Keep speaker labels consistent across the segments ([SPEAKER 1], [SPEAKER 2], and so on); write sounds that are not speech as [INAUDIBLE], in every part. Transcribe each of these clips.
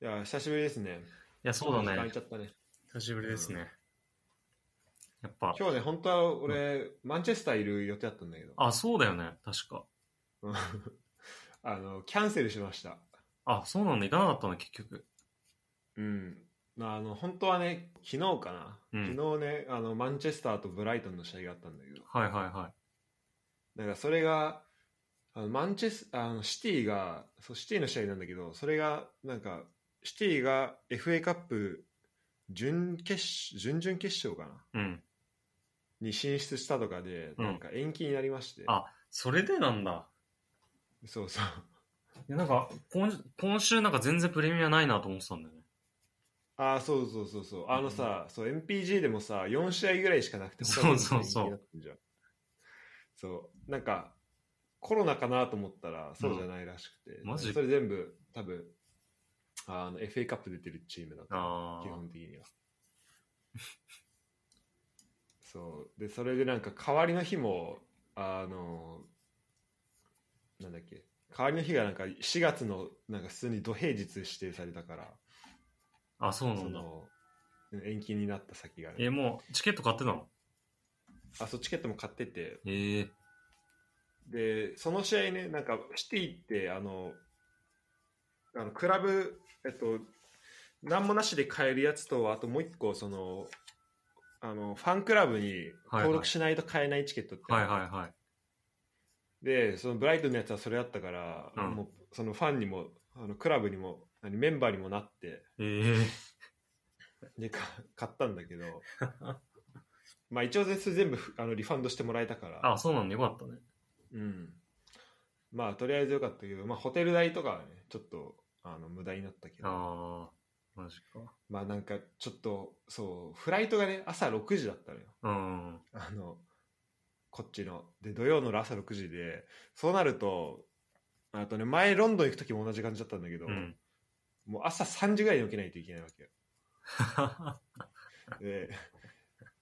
[SPEAKER 1] いや、久しぶりですね。
[SPEAKER 2] いや、そうだ
[SPEAKER 1] 空い
[SPEAKER 2] ね
[SPEAKER 1] ち。ゃったね。
[SPEAKER 2] 久しぶりですね。やっぱ、
[SPEAKER 1] 今日ね、本当は俺、マンチェスターいる予定だったんだけど、
[SPEAKER 2] あ、そうだよね。確か。
[SPEAKER 1] うん [LAUGHS] あの、キャンセルしました。
[SPEAKER 2] あ、そうなんだ。行かなかったの、結局。
[SPEAKER 1] うん。あの、本当はね、昨日かな。
[SPEAKER 2] うん
[SPEAKER 1] 昨日ね、あの、マンチェスターとブライトンの試合があったんだけど、
[SPEAKER 2] はいはいはい。
[SPEAKER 1] なんかそれが、あのマンチェスあのシティがそう、シティの試合なんだけど、それが、なんか、シティが FA カップ準決勝、準々決勝かな。
[SPEAKER 2] うん。
[SPEAKER 1] に進出したとかで、
[SPEAKER 2] うん
[SPEAKER 1] なんか延期になりまして。
[SPEAKER 2] あそれでなんだ。
[SPEAKER 1] そうそう。
[SPEAKER 2] いやなんか今、今週なんか全然プレミアないなと思ってたんだよね。
[SPEAKER 1] ああ、そうそうそうそう。あのさ、そう、MPG でもさ、4試合ぐらいしかなくて、他の
[SPEAKER 2] そうそうそう
[SPEAKER 1] 延期になってんじゃんそう、なんか、コロナかなと思ったら、そうじゃないらしくて。
[SPEAKER 2] マジ
[SPEAKER 1] それ全部、多分、あの、FA カップ出てるチームだった。
[SPEAKER 2] あ
[SPEAKER 1] 基本的には。そう。で、それでなんか、代わりの日も、あの、なんだっけ、代わりの日がなんか、4月の、なんか、普通に土平日指定されたから、
[SPEAKER 2] あ。あ、そうな
[SPEAKER 1] そ
[SPEAKER 2] んだ。
[SPEAKER 1] の、延期になった先がね、
[SPEAKER 2] え、もう、チケット買ってたの
[SPEAKER 1] あ、そう、チケットも買ってて、
[SPEAKER 2] ええ
[SPEAKER 1] で、その試合ね、なんか、シティって、あの、あのクラブ、えっと、なんもなしで買えるやつと、あともう一個、その、あの、ファンクラブに登録しないと買えないチケットって、
[SPEAKER 2] はいはいはい。
[SPEAKER 1] で、そのブライトンのやつはそれだったから、
[SPEAKER 2] うん
[SPEAKER 1] もう、そのファンにも、あの、クラブにも、何メンバーにもなって、
[SPEAKER 2] ええ
[SPEAKER 1] でか買ったんだ
[SPEAKER 2] [LAUGHS]
[SPEAKER 1] けどまあ一応全数全部ふあのリファンドしてもらえたから
[SPEAKER 2] あ、そうなんだ。よかったね。
[SPEAKER 1] うんまあとりあえずよかったけど、まあ、ホテル代とかはねちょっとあの無駄になったけど
[SPEAKER 2] ああ、マジか。
[SPEAKER 1] まあなんかちょっとそうフライトがね朝6時だったのよ
[SPEAKER 2] うん。
[SPEAKER 1] あのこっちので土曜の朝6時でそうなるとあとね前ロンドン行く時も同じ感じだったんだけど、
[SPEAKER 2] うん。
[SPEAKER 1] もう朝3時ぐらいに起きないといけないわけよで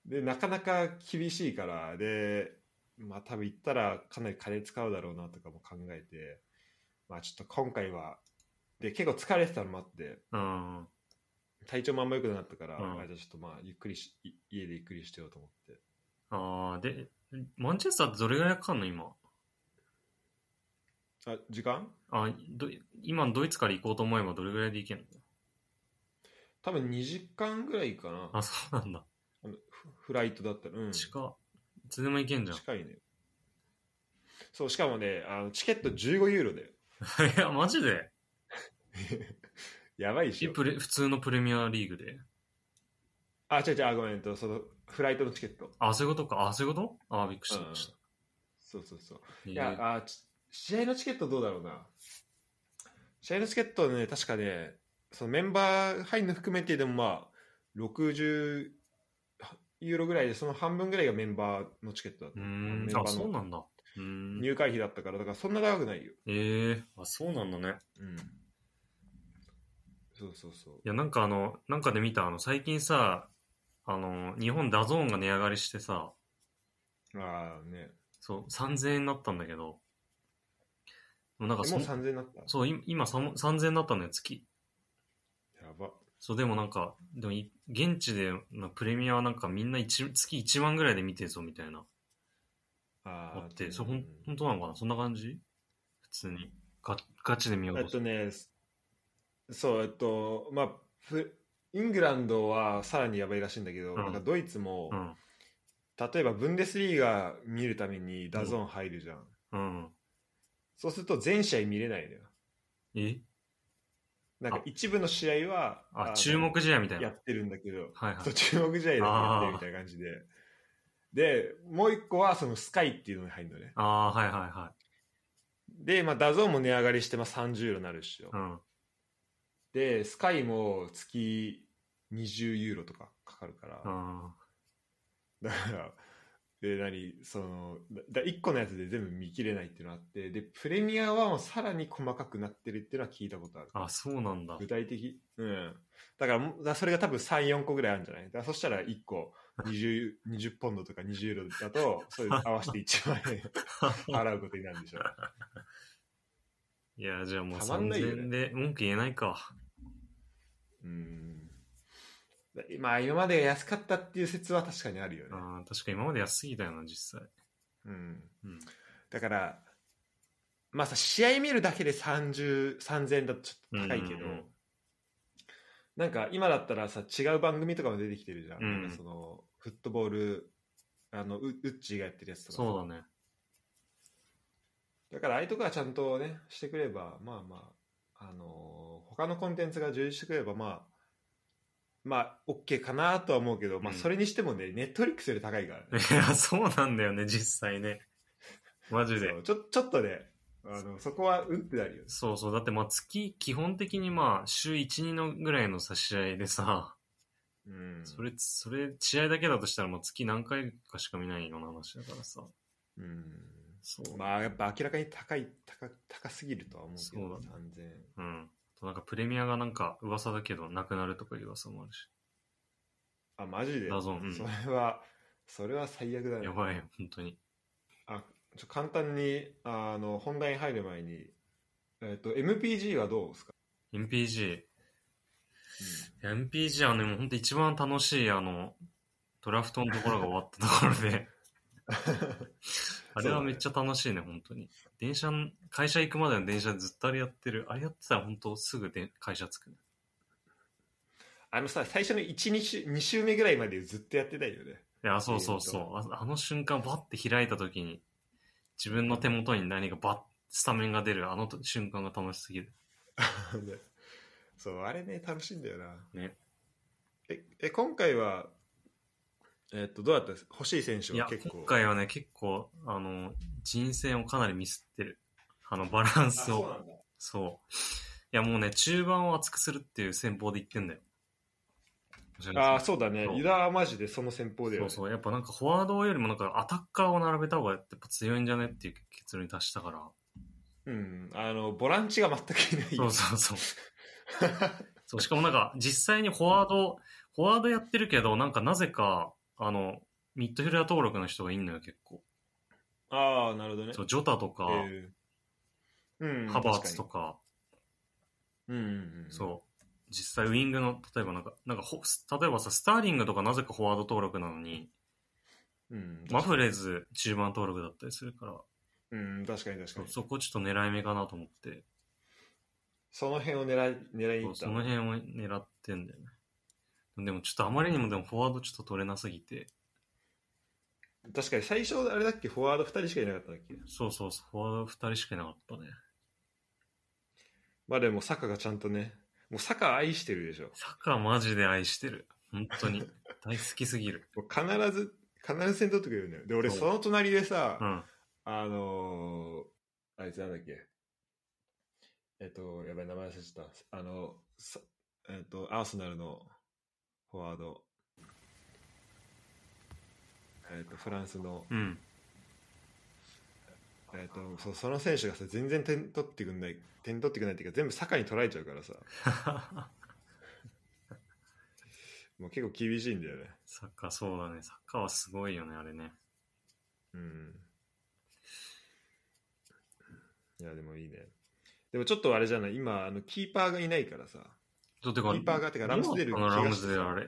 [SPEAKER 1] でなかなか厳しいからでまあ多分行ったらかなり金使うだろうなとかも考えてまあちょっと今回はで結構疲れてたのもあって
[SPEAKER 2] [LAUGHS] うん。
[SPEAKER 1] 体調もあんま良くなかったから、
[SPEAKER 2] うん
[SPEAKER 1] あじゃあちょっとまあゆっくりしい家でゆっくりしてようと思って
[SPEAKER 2] ああ、で、マンチェスターってどれぐらいかかんの今。
[SPEAKER 1] あ時間
[SPEAKER 2] あど今、ドイツから行こうと思えばどれぐらいで行けんの [LAUGHS]
[SPEAKER 1] 多分2時間ぐらいかな
[SPEAKER 2] あ、そうなんだ。
[SPEAKER 1] あのフフライトだったら、うん、
[SPEAKER 2] 近っ。いつでも行けんじゃん。
[SPEAKER 1] 近いねそうしかもねあのチケット15ユーロで [LAUGHS]
[SPEAKER 2] [LAUGHS] いや、マジで
[SPEAKER 1] やばいっし
[SPEAKER 2] え
[SPEAKER 1] ょ
[SPEAKER 2] プレ普通のプレミアリーグで。
[SPEAKER 1] あ違う違うあごめんえっとそのフライトのチケット
[SPEAKER 2] あ、そういうことか。あ、そういうことあ、びっくりした。
[SPEAKER 1] うん
[SPEAKER 2] びっくりした
[SPEAKER 1] そうそうそう
[SPEAKER 2] えー
[SPEAKER 1] いや、あち試合のチケットどうだろうな。試合のチケットね、確かね、そのメンバー入るの含めてでもまあ、60ユーロぐらいで、その半分ぐらいがメンバーのチケットだっ
[SPEAKER 2] う
[SPEAKER 1] た。
[SPEAKER 2] ー
[SPEAKER 1] メン
[SPEAKER 2] ん、
[SPEAKER 1] バ
[SPEAKER 2] あ、
[SPEAKER 1] ー
[SPEAKER 2] そう
[SPEAKER 1] の
[SPEAKER 2] なんだ。うーん。
[SPEAKER 1] 入会費だったから、だからそんな高くないよ。
[SPEAKER 2] えー、あ、そうなんだね。
[SPEAKER 1] うん。そうそうそう。
[SPEAKER 2] いや、なんかあの、なんかで見た、あの、最近さ、あの、日本ダゾーンが値上がりしてさ、
[SPEAKER 1] ああね。
[SPEAKER 2] そう、3000円になったんだけど、なんか
[SPEAKER 1] え
[SPEAKER 2] そ
[SPEAKER 1] もう3000になった。
[SPEAKER 2] そう、い今さん3000円だったのよ、月。
[SPEAKER 1] やば。
[SPEAKER 2] そう、でもなんか、でもい、現地でのプレミアはなんかみんな一月1万ぐらいで見てるぞ、みたいな。あ
[SPEAKER 1] あ
[SPEAKER 2] っ
[SPEAKER 1] ー
[SPEAKER 2] て、そう、ほん、
[SPEAKER 1] う
[SPEAKER 2] 本当なのかなそんな感じ普通に。ガガチで見よ
[SPEAKER 1] ん
[SPEAKER 2] う
[SPEAKER 1] え
[SPEAKER 2] と
[SPEAKER 1] っ
[SPEAKER 2] する。
[SPEAKER 1] とね、そう、えっと、まあ、ふイングランドはさらにやばいらしいんだけど、
[SPEAKER 2] ん
[SPEAKER 1] なんかドイツも、
[SPEAKER 2] うん。
[SPEAKER 1] 例えばブンデスリーガ見るためにダゾーン入るじゃん、
[SPEAKER 2] うん。
[SPEAKER 1] そうすると全試合見れないのよ
[SPEAKER 2] え
[SPEAKER 1] なんか
[SPEAKER 2] あ
[SPEAKER 1] 一部の試合はあ
[SPEAKER 2] あ、
[SPEAKER 1] の
[SPEAKER 2] 注目試合みたいな。
[SPEAKER 1] や
[SPEAKER 2] は
[SPEAKER 1] ってるんだけど、
[SPEAKER 2] いは
[SPEAKER 1] そう
[SPEAKER 2] い。
[SPEAKER 1] 注目試合だけやってるみたいな感じででもう一個はそのスカイっていうのに入るのね
[SPEAKER 2] ああー、はいはいは
[SPEAKER 1] で、まあ、ダゾーンも値上がりして、まあ、30ユーロになるっしょ、
[SPEAKER 2] い。うん。
[SPEAKER 1] でスカイも月20ユーロとかかかるから、
[SPEAKER 2] うん。
[SPEAKER 1] だからで何そのだ1個のやつで全部見切れないっていうのがあってでプレミアはもうさらに細かくなってるっていうのは聞いたことある
[SPEAKER 2] あ、そうなんだ。
[SPEAKER 1] 具体的うんだからもうだからそれが多分34個ぐらいあるんじゃないだからそしたら1個 20, 20ポンドとか20ユーロだとそれ合わせて1万 [LAUGHS] 円払うことになるんでしょ
[SPEAKER 2] いや、じゃあもう
[SPEAKER 1] たまんないよね
[SPEAKER 2] 3000円で文句言えないか。
[SPEAKER 1] うんまあ今まで安かったっていう説は確かにあるよね、
[SPEAKER 2] あー確か今まで安すぎたよな、実際。
[SPEAKER 1] うん、
[SPEAKER 2] うん。
[SPEAKER 1] だからまあさ試合見るだけで30 3000円だとちょっと高いけど、
[SPEAKER 2] うんうんうん
[SPEAKER 1] なんか今だったらさ違う番組とかも出てきてるじゃん,、
[SPEAKER 2] うん
[SPEAKER 1] なんかそのフットボールあのウウッチーがやってるやつとかさ
[SPEAKER 2] そうだね。
[SPEAKER 1] だからああいうとこはちゃんとねしてくればまあまあ、あのー他のコンテンツが充実してくればまあまあ OK かなとは思うけど、まあ
[SPEAKER 2] うん
[SPEAKER 1] それにしてもねネットリックスより高いからね
[SPEAKER 2] いや、そうなんだよね、実際ね。マジで
[SPEAKER 1] そ。うちょちょっとねあのそこはうんってなるよね
[SPEAKER 2] そうそう。だって、まあ、月、基本的にまあ、週1、2のぐらいの差し合いでさ、
[SPEAKER 1] うん
[SPEAKER 2] それ、それ、試合だけだとしたら、まあ、月何回かしか見ないような話だからさ。
[SPEAKER 1] うん
[SPEAKER 2] そう。
[SPEAKER 1] まあやっぱ明らかに高い高高すぎるとは思うけど
[SPEAKER 2] そうだ
[SPEAKER 1] 3000円
[SPEAKER 2] うん。あとなんか、プレミアがなんか、噂だけど、なくなるとかいう噂もあるし。
[SPEAKER 1] あマジで
[SPEAKER 2] だぞうん
[SPEAKER 1] それはそれは最悪だね
[SPEAKER 2] やばいよ、本当に。
[SPEAKER 1] あちょ簡単にあの本題に入る前に、えっと MPG はどうですか、
[SPEAKER 2] MPG。MPG はね、もう本当一番楽しい、あの、ドラフトのところが終わったところで、あれはめっちゃ楽しいね、本当に。電車の、会社行くまでの電車でずっとあれやってる。あれやってたら本当すぐで会社着くね。
[SPEAKER 1] あのさ最初の12週2週目ぐらいまでずっとやってたよね
[SPEAKER 2] いや、そうそうそう。ああの瞬間、バッて開いた時に、自分の手元に何かバッ、スタメンが出る、あのと瞬間が楽しすぎる。
[SPEAKER 1] ねそうあれね楽しいんだよな
[SPEAKER 2] ね
[SPEAKER 1] ええ今回はえっとどうだったです欲しい選
[SPEAKER 2] い
[SPEAKER 1] 手
[SPEAKER 2] や
[SPEAKER 1] は、結構
[SPEAKER 2] 今回はね、結構、あの、人選をかなりミスってる。あの、バラン
[SPEAKER 1] あ
[SPEAKER 2] ス
[SPEAKER 1] そう
[SPEAKER 2] を。
[SPEAKER 1] なんだ
[SPEAKER 2] そう。いや、もうね、中盤を厚くするっていう戦法で言ってんだよ。
[SPEAKER 1] ああ、そうだね
[SPEAKER 2] そ。う
[SPEAKER 1] ユダはマジでその戦法だよ、
[SPEAKER 2] そ
[SPEAKER 1] ね。
[SPEAKER 2] うそう。やっぱなんかフォワードよりもなんかアタッカーを並べた方がやっぱ強いんじゃねっていう結論に達したから。
[SPEAKER 1] うん。あの、ボランチが全くいない。
[SPEAKER 2] そうそ
[SPEAKER 1] [LAUGHS]
[SPEAKER 2] うそう。そう、しかもなんか実際にフォワード、フォワードやってるけど、なんかなぜか、あの、ミッドフィルダー登録の人がいんのよ、結構。
[SPEAKER 1] ああ、なるほどね。
[SPEAKER 2] そう、ジョタとか、
[SPEAKER 1] えーうん。
[SPEAKER 2] ハバーツと
[SPEAKER 1] か
[SPEAKER 2] か、
[SPEAKER 1] に。うんうん、うん。
[SPEAKER 2] そう。実際ウイングの、例えばなんか、なんかほ、例えばさ、スターリングとかなぜかフォワード登録なのに、
[SPEAKER 1] う。うん。
[SPEAKER 2] マフレーズ中盤登録だったりするから、
[SPEAKER 1] うん、確かに確か
[SPEAKER 2] そ
[SPEAKER 1] に。そ
[SPEAKER 2] そこちょっと狙い目かなと思って、
[SPEAKER 1] の辺を狙い、狙いに
[SPEAKER 2] そ
[SPEAKER 1] 行
[SPEAKER 2] う
[SPEAKER 1] った。
[SPEAKER 2] その辺を狙ってんだよね。でもちょっとあまりにもでもフォワードちょっと取れなすぎて、
[SPEAKER 1] 確かに最初、あれだっけ、フォワード2人しかいなかったんだっけ。
[SPEAKER 2] そうそうそう、フォワード2人しかいなかったね。
[SPEAKER 1] まあでも、サカがちゃんとね、もうサカ愛してるでしょ。
[SPEAKER 2] サッカーマジで愛してる。本
[SPEAKER 1] [LAUGHS]
[SPEAKER 2] 当に。大好きすぎる。
[SPEAKER 1] もう必ず、必ず先取ってくれるんだよ。で、俺、
[SPEAKER 2] そう
[SPEAKER 1] その隣でさ、
[SPEAKER 2] うん。
[SPEAKER 1] あのー、あいつなんだっけ。えっと、やばい、名前忘れちゃった。あの、さえっと、アーセナルのフォワード。えっと、フランスの、
[SPEAKER 2] うん。
[SPEAKER 1] えっと、そその選手がさ、全然点取ってくんない、点取ってくんないっていうか、全部坂に取られちゃうからさ、もう結構厳しいんだよね。
[SPEAKER 2] サッカーそうだね。サッカーはすごいよね、あれね。
[SPEAKER 1] うん。いや、でもいいね。でもちょっとあれじゃない、今、あの、キーパーがいないからさ、
[SPEAKER 2] ちょっと
[SPEAKER 1] キーパーがてかラムスデール
[SPEAKER 2] あのラムスデールあれ。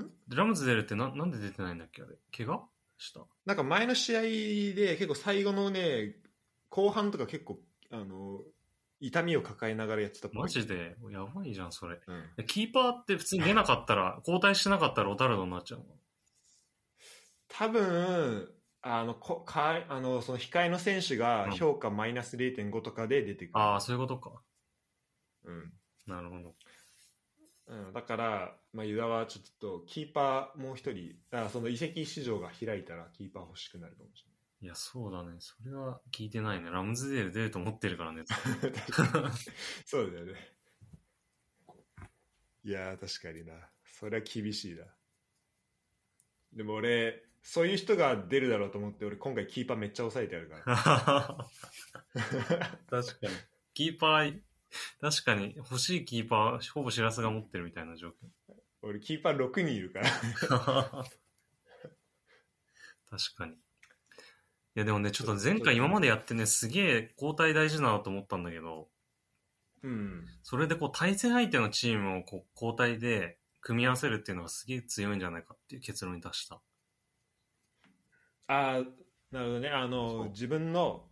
[SPEAKER 1] ん
[SPEAKER 2] ラムスデールってななんで出てないんだっけあれ。怪我した
[SPEAKER 1] なんか前の試合で結構最後のね後半とか結構あの痛みを抱えながらやってたっぽい
[SPEAKER 2] マジでやばいじゃん、それ。
[SPEAKER 1] うん、
[SPEAKER 2] キーパーって普通に出なかったら、交代してなかったらオタルドになっちゃうの。
[SPEAKER 1] 多分あのこかあのその控えの選手が
[SPEAKER 2] うん
[SPEAKER 1] 評価マイナス0.5とかで出てくる、
[SPEAKER 2] ああ、そういうことか。
[SPEAKER 1] うん
[SPEAKER 2] なるほど。
[SPEAKER 1] うん、だから、まあ、ユダはちょっとキーパーもう一人あその移籍市場が開いたらキーパー欲しくなるかもし
[SPEAKER 2] いや、そうだね。それは聞いてないね。ラムズデール出ると思って
[SPEAKER 1] [LAUGHS]
[SPEAKER 2] るからね。
[SPEAKER 1] れない確かに [LAUGHS] そうだよねいやー確かになそれは厳しいなでも俺そういう人が出るだろうと思って俺今回キーパーめっちゃ抑えてあるから [LAUGHS]
[SPEAKER 2] 確かに。キーパー、確かに欲しいキーパー、ほぼシラスが持ってるみたいな状況。
[SPEAKER 1] 俺キーパー6人いるから [LAUGHS]
[SPEAKER 2] 確かに。いやでもね、ちょっと前回今までやってね、すげえ交代大事だなと思ったんだけど、
[SPEAKER 1] うん。
[SPEAKER 2] それでこう対戦相手のチームをこう交代で組み合わせるっていうのがすげえ強いんじゃないかっていう結論に達した。
[SPEAKER 1] ああ、なるほどね。あ
[SPEAKER 2] そう
[SPEAKER 1] の、自分の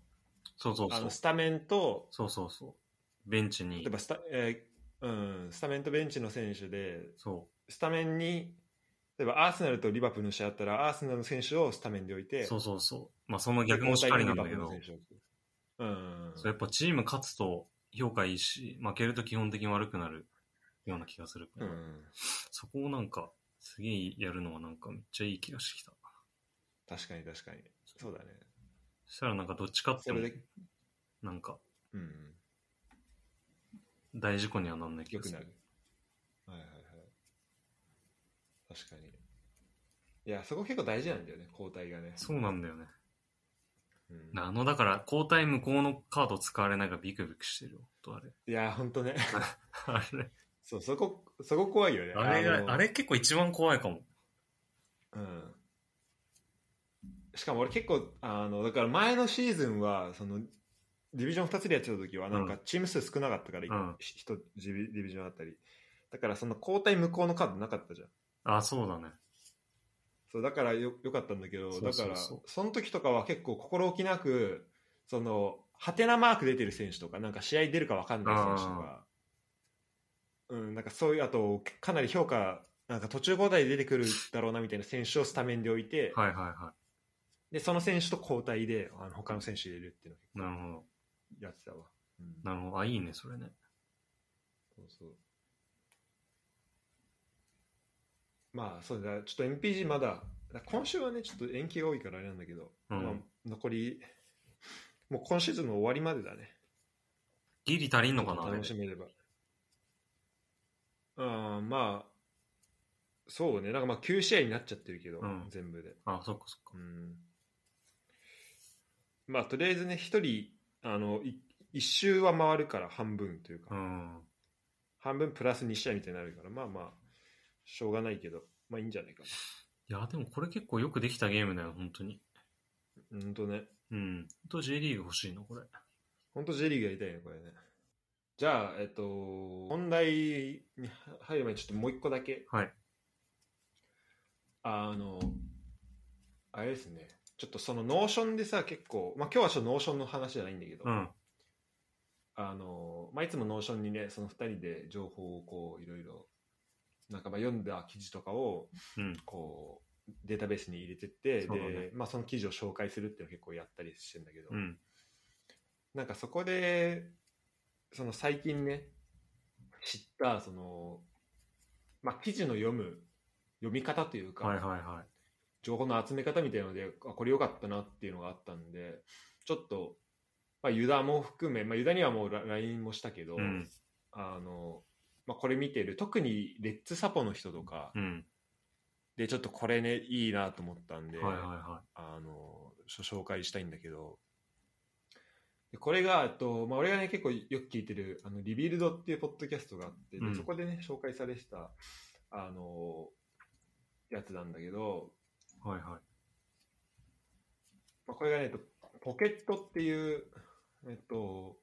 [SPEAKER 2] そうそう
[SPEAKER 1] あ
[SPEAKER 2] そう
[SPEAKER 1] の。スタメンと、
[SPEAKER 2] そうそうそう。ベンチに
[SPEAKER 1] 例え。ばスタ,、えーうん、スタメンとベンチの選手で、
[SPEAKER 2] そ。
[SPEAKER 1] スタメンに、例えばアーセナルとリバプールの試合あったら、アーセナルの選手をスタメンで置いうて、
[SPEAKER 2] そうそうそう。まあその
[SPEAKER 1] う
[SPEAKER 2] 逆もしっかりなんだけど。
[SPEAKER 1] うん。
[SPEAKER 2] そうやっぱチーム勝つと評価いいし、負けると基本的に悪くなるような気がするか
[SPEAKER 1] う
[SPEAKER 2] ら、
[SPEAKER 1] ん。
[SPEAKER 2] そこをなんか、すげえやるのはなんかめっちゃいい気がしてきた。
[SPEAKER 1] 確かに確かに。そうだね。
[SPEAKER 2] そしたらなんかどっち勝って
[SPEAKER 1] そ
[SPEAKER 2] も
[SPEAKER 1] れで、
[SPEAKER 2] なんか
[SPEAKER 1] うん。
[SPEAKER 2] 大事故にはなんない気
[SPEAKER 1] 良
[SPEAKER 2] が
[SPEAKER 1] く
[SPEAKER 2] す
[SPEAKER 1] なる
[SPEAKER 2] る。。
[SPEAKER 1] はいはいはい。確かに。いや、そこ結構大事なんだよね、交代がね。
[SPEAKER 2] そうなんだよね。
[SPEAKER 1] うん
[SPEAKER 2] あの、だから交代無効のカード使われないからビクビクしてるよ。とあれ。 [LAUGHS]
[SPEAKER 1] いや、ほんとね。 [LAUGHS]
[SPEAKER 2] あれ、
[SPEAKER 1] そう、そこ、そこ怖いよね。
[SPEAKER 2] あれ
[SPEAKER 1] の
[SPEAKER 2] が、あれ結構一番怖いかも。
[SPEAKER 1] うん。しかも俺結構、あの、だから前のシーズンは、その、ディビジョン2つでやってた時は、なん
[SPEAKER 2] う
[SPEAKER 1] かチーム数少なかったから、
[SPEAKER 2] うん
[SPEAKER 1] ひ一ディビディビジョンあったり。だからその交代無効のカードなかったじゃん。
[SPEAKER 2] あ、そうだね。
[SPEAKER 1] そう、だからよよかったんだけど、
[SPEAKER 2] そうそうそう
[SPEAKER 1] だから、その時とかは結構心置きなく、その、ハテナマーク出てる選手とか、なんか試合出るか分かんない選手とか、うん、なんかそういう、あと、かなり評価、なんか途中交代で出てくるだろうなみたいな選手をスタメンで置いて、
[SPEAKER 2] はいはいは
[SPEAKER 1] で、その選手と交代で、あの他の選手入れるっていう
[SPEAKER 2] い。なるほど。
[SPEAKER 1] のをやってたわ。うん、
[SPEAKER 2] なるほど。あ、いいね、それね。
[SPEAKER 1] そうそう。まあ、そうだ、ちょっと MPG まだ、今週はね、ちょっと延期が多いからあれなんだけど、
[SPEAKER 2] うん
[SPEAKER 1] まあ、残り、もう今シーズンの終わりまでだね。
[SPEAKER 2] ギリ足りんのかなあれ
[SPEAKER 1] 楽しめれば。あーまあ、そうね、なんかまあ9試合になっちゃってるけど、
[SPEAKER 2] うん
[SPEAKER 1] 全部で。
[SPEAKER 2] あ、そっかそっか。
[SPEAKER 1] うんまあとりあえずね一人あのい一周は回るから半分というか、
[SPEAKER 2] うん。
[SPEAKER 1] 半分プラス2試合みたいになるからまあまあしょうがないけどまあいいんじゃないか
[SPEAKER 2] いや、でもこれ結構よくできたゲームだよ、本当に。
[SPEAKER 1] なほんとね
[SPEAKER 2] うん。本当 J リーグ欲しいの、これ。
[SPEAKER 1] ほんと J リーグやりたいねこれねじゃあえっと本題に入る前にちょっともう一個だけ
[SPEAKER 2] はい。
[SPEAKER 1] あのあれですねちょっとそのノーションでさ結構まあ今日はちょっとノーションの話じゃないんだけど、
[SPEAKER 2] うん。
[SPEAKER 1] あのまあ、いつもノーションにねその2人で情報をこういろいろなんかまあ読んだ記事とかを
[SPEAKER 2] うん。
[SPEAKER 1] こうデータベースに入れてって
[SPEAKER 2] そうだね
[SPEAKER 1] で、まあ、その記事を紹介するっていうのを結構やったりしてんだけど、
[SPEAKER 2] うん。
[SPEAKER 1] なんかそこでその最近ね知ったその、まあ、記事の読む読み方というか、
[SPEAKER 2] はいはいはい。
[SPEAKER 1] 情報の集め方みたいなのであこれ良かったなっていうのがあったんでちょっと、まあ、ユダも含め、まあ、ユダにはもう LINE もしたけど、
[SPEAKER 2] うん。
[SPEAKER 1] あの、まあ、これ見てる特にレッツサポの人とか、
[SPEAKER 2] うん。
[SPEAKER 1] でちょっとこれねいいなと思ったんで、
[SPEAKER 2] はいはいは
[SPEAKER 1] あのしょ紹介したいんだけどでこれが、えっとまあ、俺がね結構よく聞いてるあのリビルドっていうポッドキャストがあって、で
[SPEAKER 2] うん
[SPEAKER 1] そこでね紹介されてたあのやつなんだけど、
[SPEAKER 2] い。はいはい。
[SPEAKER 1] まあ、これがね、えっとポケットっていう、えっと、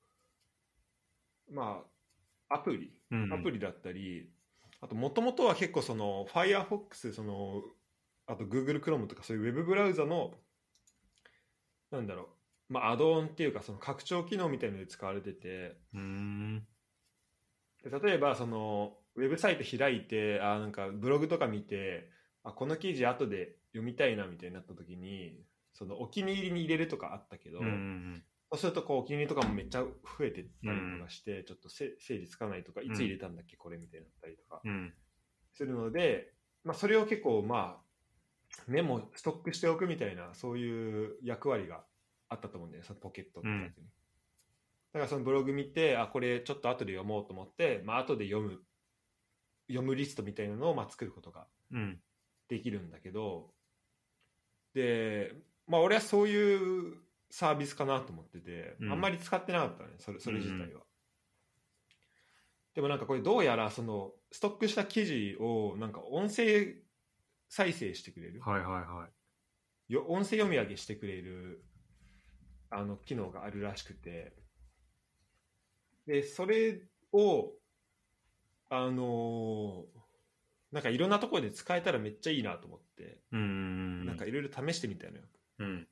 [SPEAKER 1] まあ、アプリ、
[SPEAKER 2] うん。
[SPEAKER 1] アプリだったり、あと、もともとは結構その、Firefox、その、あと Google Chrome とかそういうウェブブラウザの、なんだろう、まあ、アドオンっていうか、その拡張機能みたいなので使われてて、
[SPEAKER 2] うーん。
[SPEAKER 1] で例えば、その、ウェブサイト開いて、あーなんかブログとか見て、あ、この記事後で読みたいなみたいになった時に、そのお気に入りに入れるとかあったけど、
[SPEAKER 2] うんうん
[SPEAKER 1] そうするとこうお気に入りとかもめっちゃ増えてったりとかして、ちょっとせ整理つかないとかいつ入れたんだっけ、これみたいになったりとか
[SPEAKER 2] うん。うん。
[SPEAKER 1] するので、まあ、それを結構まあメモストックしておくみたいなそういう役割があったと思うんだよねそのポケットってやつに、だからそのブログ見てあこれちょっと後で読もうと思って、まあ後で読む読むリストみたいなのをまあ作ることが
[SPEAKER 2] うん。
[SPEAKER 1] できるんだけどでまあ俺はそういうサービスかなと思ってて、
[SPEAKER 2] うん
[SPEAKER 1] あんまり使ってなかったねそれそれ自体は、
[SPEAKER 2] うん
[SPEAKER 1] でもなんかこれどうやらそのストックした記事をなんか音声再生してくれる、
[SPEAKER 2] はいはいはい。
[SPEAKER 1] よ音声読み上げしてくれるあの機能があるらしくてでそれを、あのーなんかいろんなところで使えたらめっちゃいいなと思って、
[SPEAKER 2] うんうん
[SPEAKER 1] なんかいろいろ試してみたのよ。
[SPEAKER 2] うん。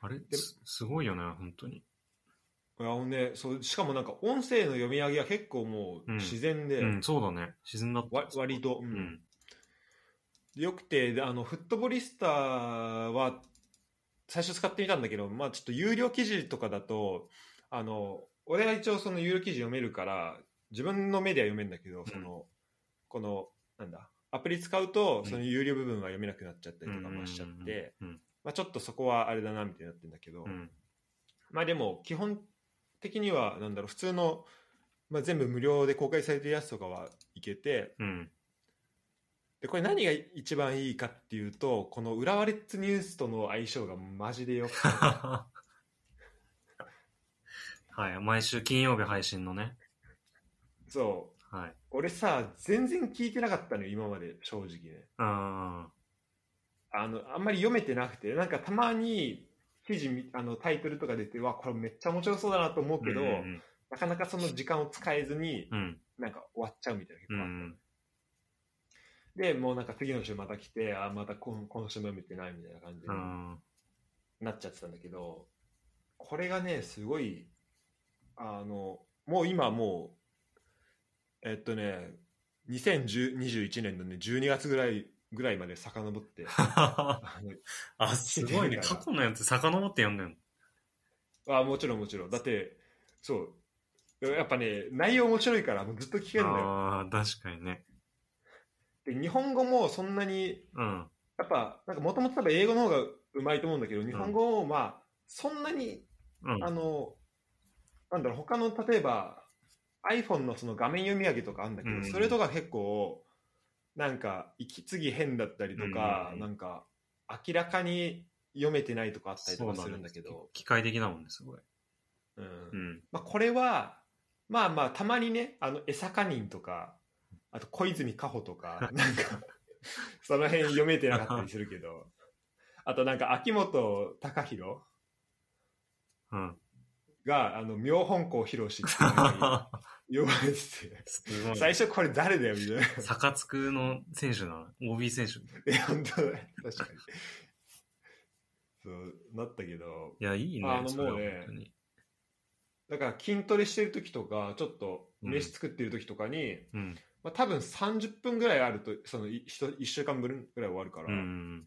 [SPEAKER 2] あれすすごいよね、本当に。
[SPEAKER 1] いやあのね、そうしかもなんか音声の読み上げは結構もう
[SPEAKER 2] うん
[SPEAKER 1] 自然で、
[SPEAKER 2] うん、そうだね。自然だった。
[SPEAKER 1] わ割と、う
[SPEAKER 2] うんん。
[SPEAKER 1] よくてであのフットボリスタは最初使ってみたんだけど、まあ、ちょっと有料記事とかだとあの俺が一応その有料記事読めるから自分の目では読めるんだけど、
[SPEAKER 2] ん
[SPEAKER 1] そのこのなんだアプリ使うと
[SPEAKER 2] うん
[SPEAKER 1] その有料部分は読めなくなっちゃった
[SPEAKER 2] う
[SPEAKER 1] り
[SPEAKER 2] ん
[SPEAKER 1] とかもしちゃって、。
[SPEAKER 2] うん。
[SPEAKER 1] まあ、ちょっとそこはあれだなみたいになってるんだけど、
[SPEAKER 2] うん。
[SPEAKER 1] まあでも基本的にはなんだろう普通の、まあ、全部無料で公開されてるやつとかはいけて、
[SPEAKER 2] うん。
[SPEAKER 1] でこれ何が一番いいかっていうとこの浦和レッズニュースとの相性がマジでよく
[SPEAKER 2] [LAUGHS]
[SPEAKER 1] て
[SPEAKER 2] はい。毎週金曜日配信のね。
[SPEAKER 1] そう
[SPEAKER 2] はい。
[SPEAKER 1] 俺さ全然聞いてなかったのよ今まで正直ね
[SPEAKER 2] うん。
[SPEAKER 1] あのあんまり読めてなくてなんかたまに記事みあのタイトルとか出てわこれめっちゃ面白そうだなと思うけど、
[SPEAKER 2] うんうん
[SPEAKER 1] なかなかその時間を使えずに
[SPEAKER 2] うん。
[SPEAKER 1] なんか終わっちゃうみたいな結
[SPEAKER 2] う
[SPEAKER 1] 構あったの
[SPEAKER 2] ん。
[SPEAKER 1] でもうなんか次の週また来てあまた今今週も読めてないみたいな感じで、
[SPEAKER 2] うん。
[SPEAKER 1] なっちゃってたんだけどこれがねすごいあのもう今もうえっとね2021年のね12月ぐらいぐらいまで遡って
[SPEAKER 2] [LAUGHS]
[SPEAKER 1] あ
[SPEAKER 2] あ、すごいね。過去のやつ遡って読んでん
[SPEAKER 1] のあもちろんもちろんだってそうやっぱね内容面白いからもうずっと聞けるのよ
[SPEAKER 2] の。ああー、確かにね。
[SPEAKER 1] で日本語もそんなに
[SPEAKER 2] うん。
[SPEAKER 1] やっぱなんかもともと多分英語の方がうまいと思うんだけど日本語もまあそんなに
[SPEAKER 2] うん。
[SPEAKER 1] あの、なんだろう、他の、例えば、iPhone のその画面読み上げとかあるんだけど、
[SPEAKER 2] うん
[SPEAKER 1] それとか結構、なんか、息継ぎ変だったりとか、
[SPEAKER 2] うん
[SPEAKER 1] なんか、明らかに読めてないとかあったりとか
[SPEAKER 2] そう
[SPEAKER 1] す
[SPEAKER 2] ね
[SPEAKER 1] るんだけど、
[SPEAKER 2] 機械的だもんね、すごい。
[SPEAKER 1] うん
[SPEAKER 2] うん。
[SPEAKER 1] まあ、これは、まあまあ、たまにね、あの、江坂人とか、あと小泉加穂と
[SPEAKER 2] [LAUGHS]
[SPEAKER 1] か、なんか、その辺読めてなかったりするけど、あとなんか、秋元隆弘 [LAUGHS]
[SPEAKER 2] うん。
[SPEAKER 1] が、あの、妙本校博士っていうのに、呼ばれて
[SPEAKER 2] す
[SPEAKER 1] て、
[SPEAKER 2] ごい。
[SPEAKER 1] 最初これ誰だよみたいな。 [LAUGHS]
[SPEAKER 2] 坂津くの選手なの ?OB 選手。い
[SPEAKER 1] いや、本当だね。確かに。そう、なったけど、
[SPEAKER 2] や、いいね。
[SPEAKER 1] あの
[SPEAKER 2] それは
[SPEAKER 1] もうね
[SPEAKER 2] 本当に
[SPEAKER 1] だから筋トレしてる時とか、ちょっと飯作ってる時とかに、
[SPEAKER 2] うん。
[SPEAKER 1] まあ多分30分ぐらいあると、そのい一一週間分ぐらい終わるから、
[SPEAKER 2] うん。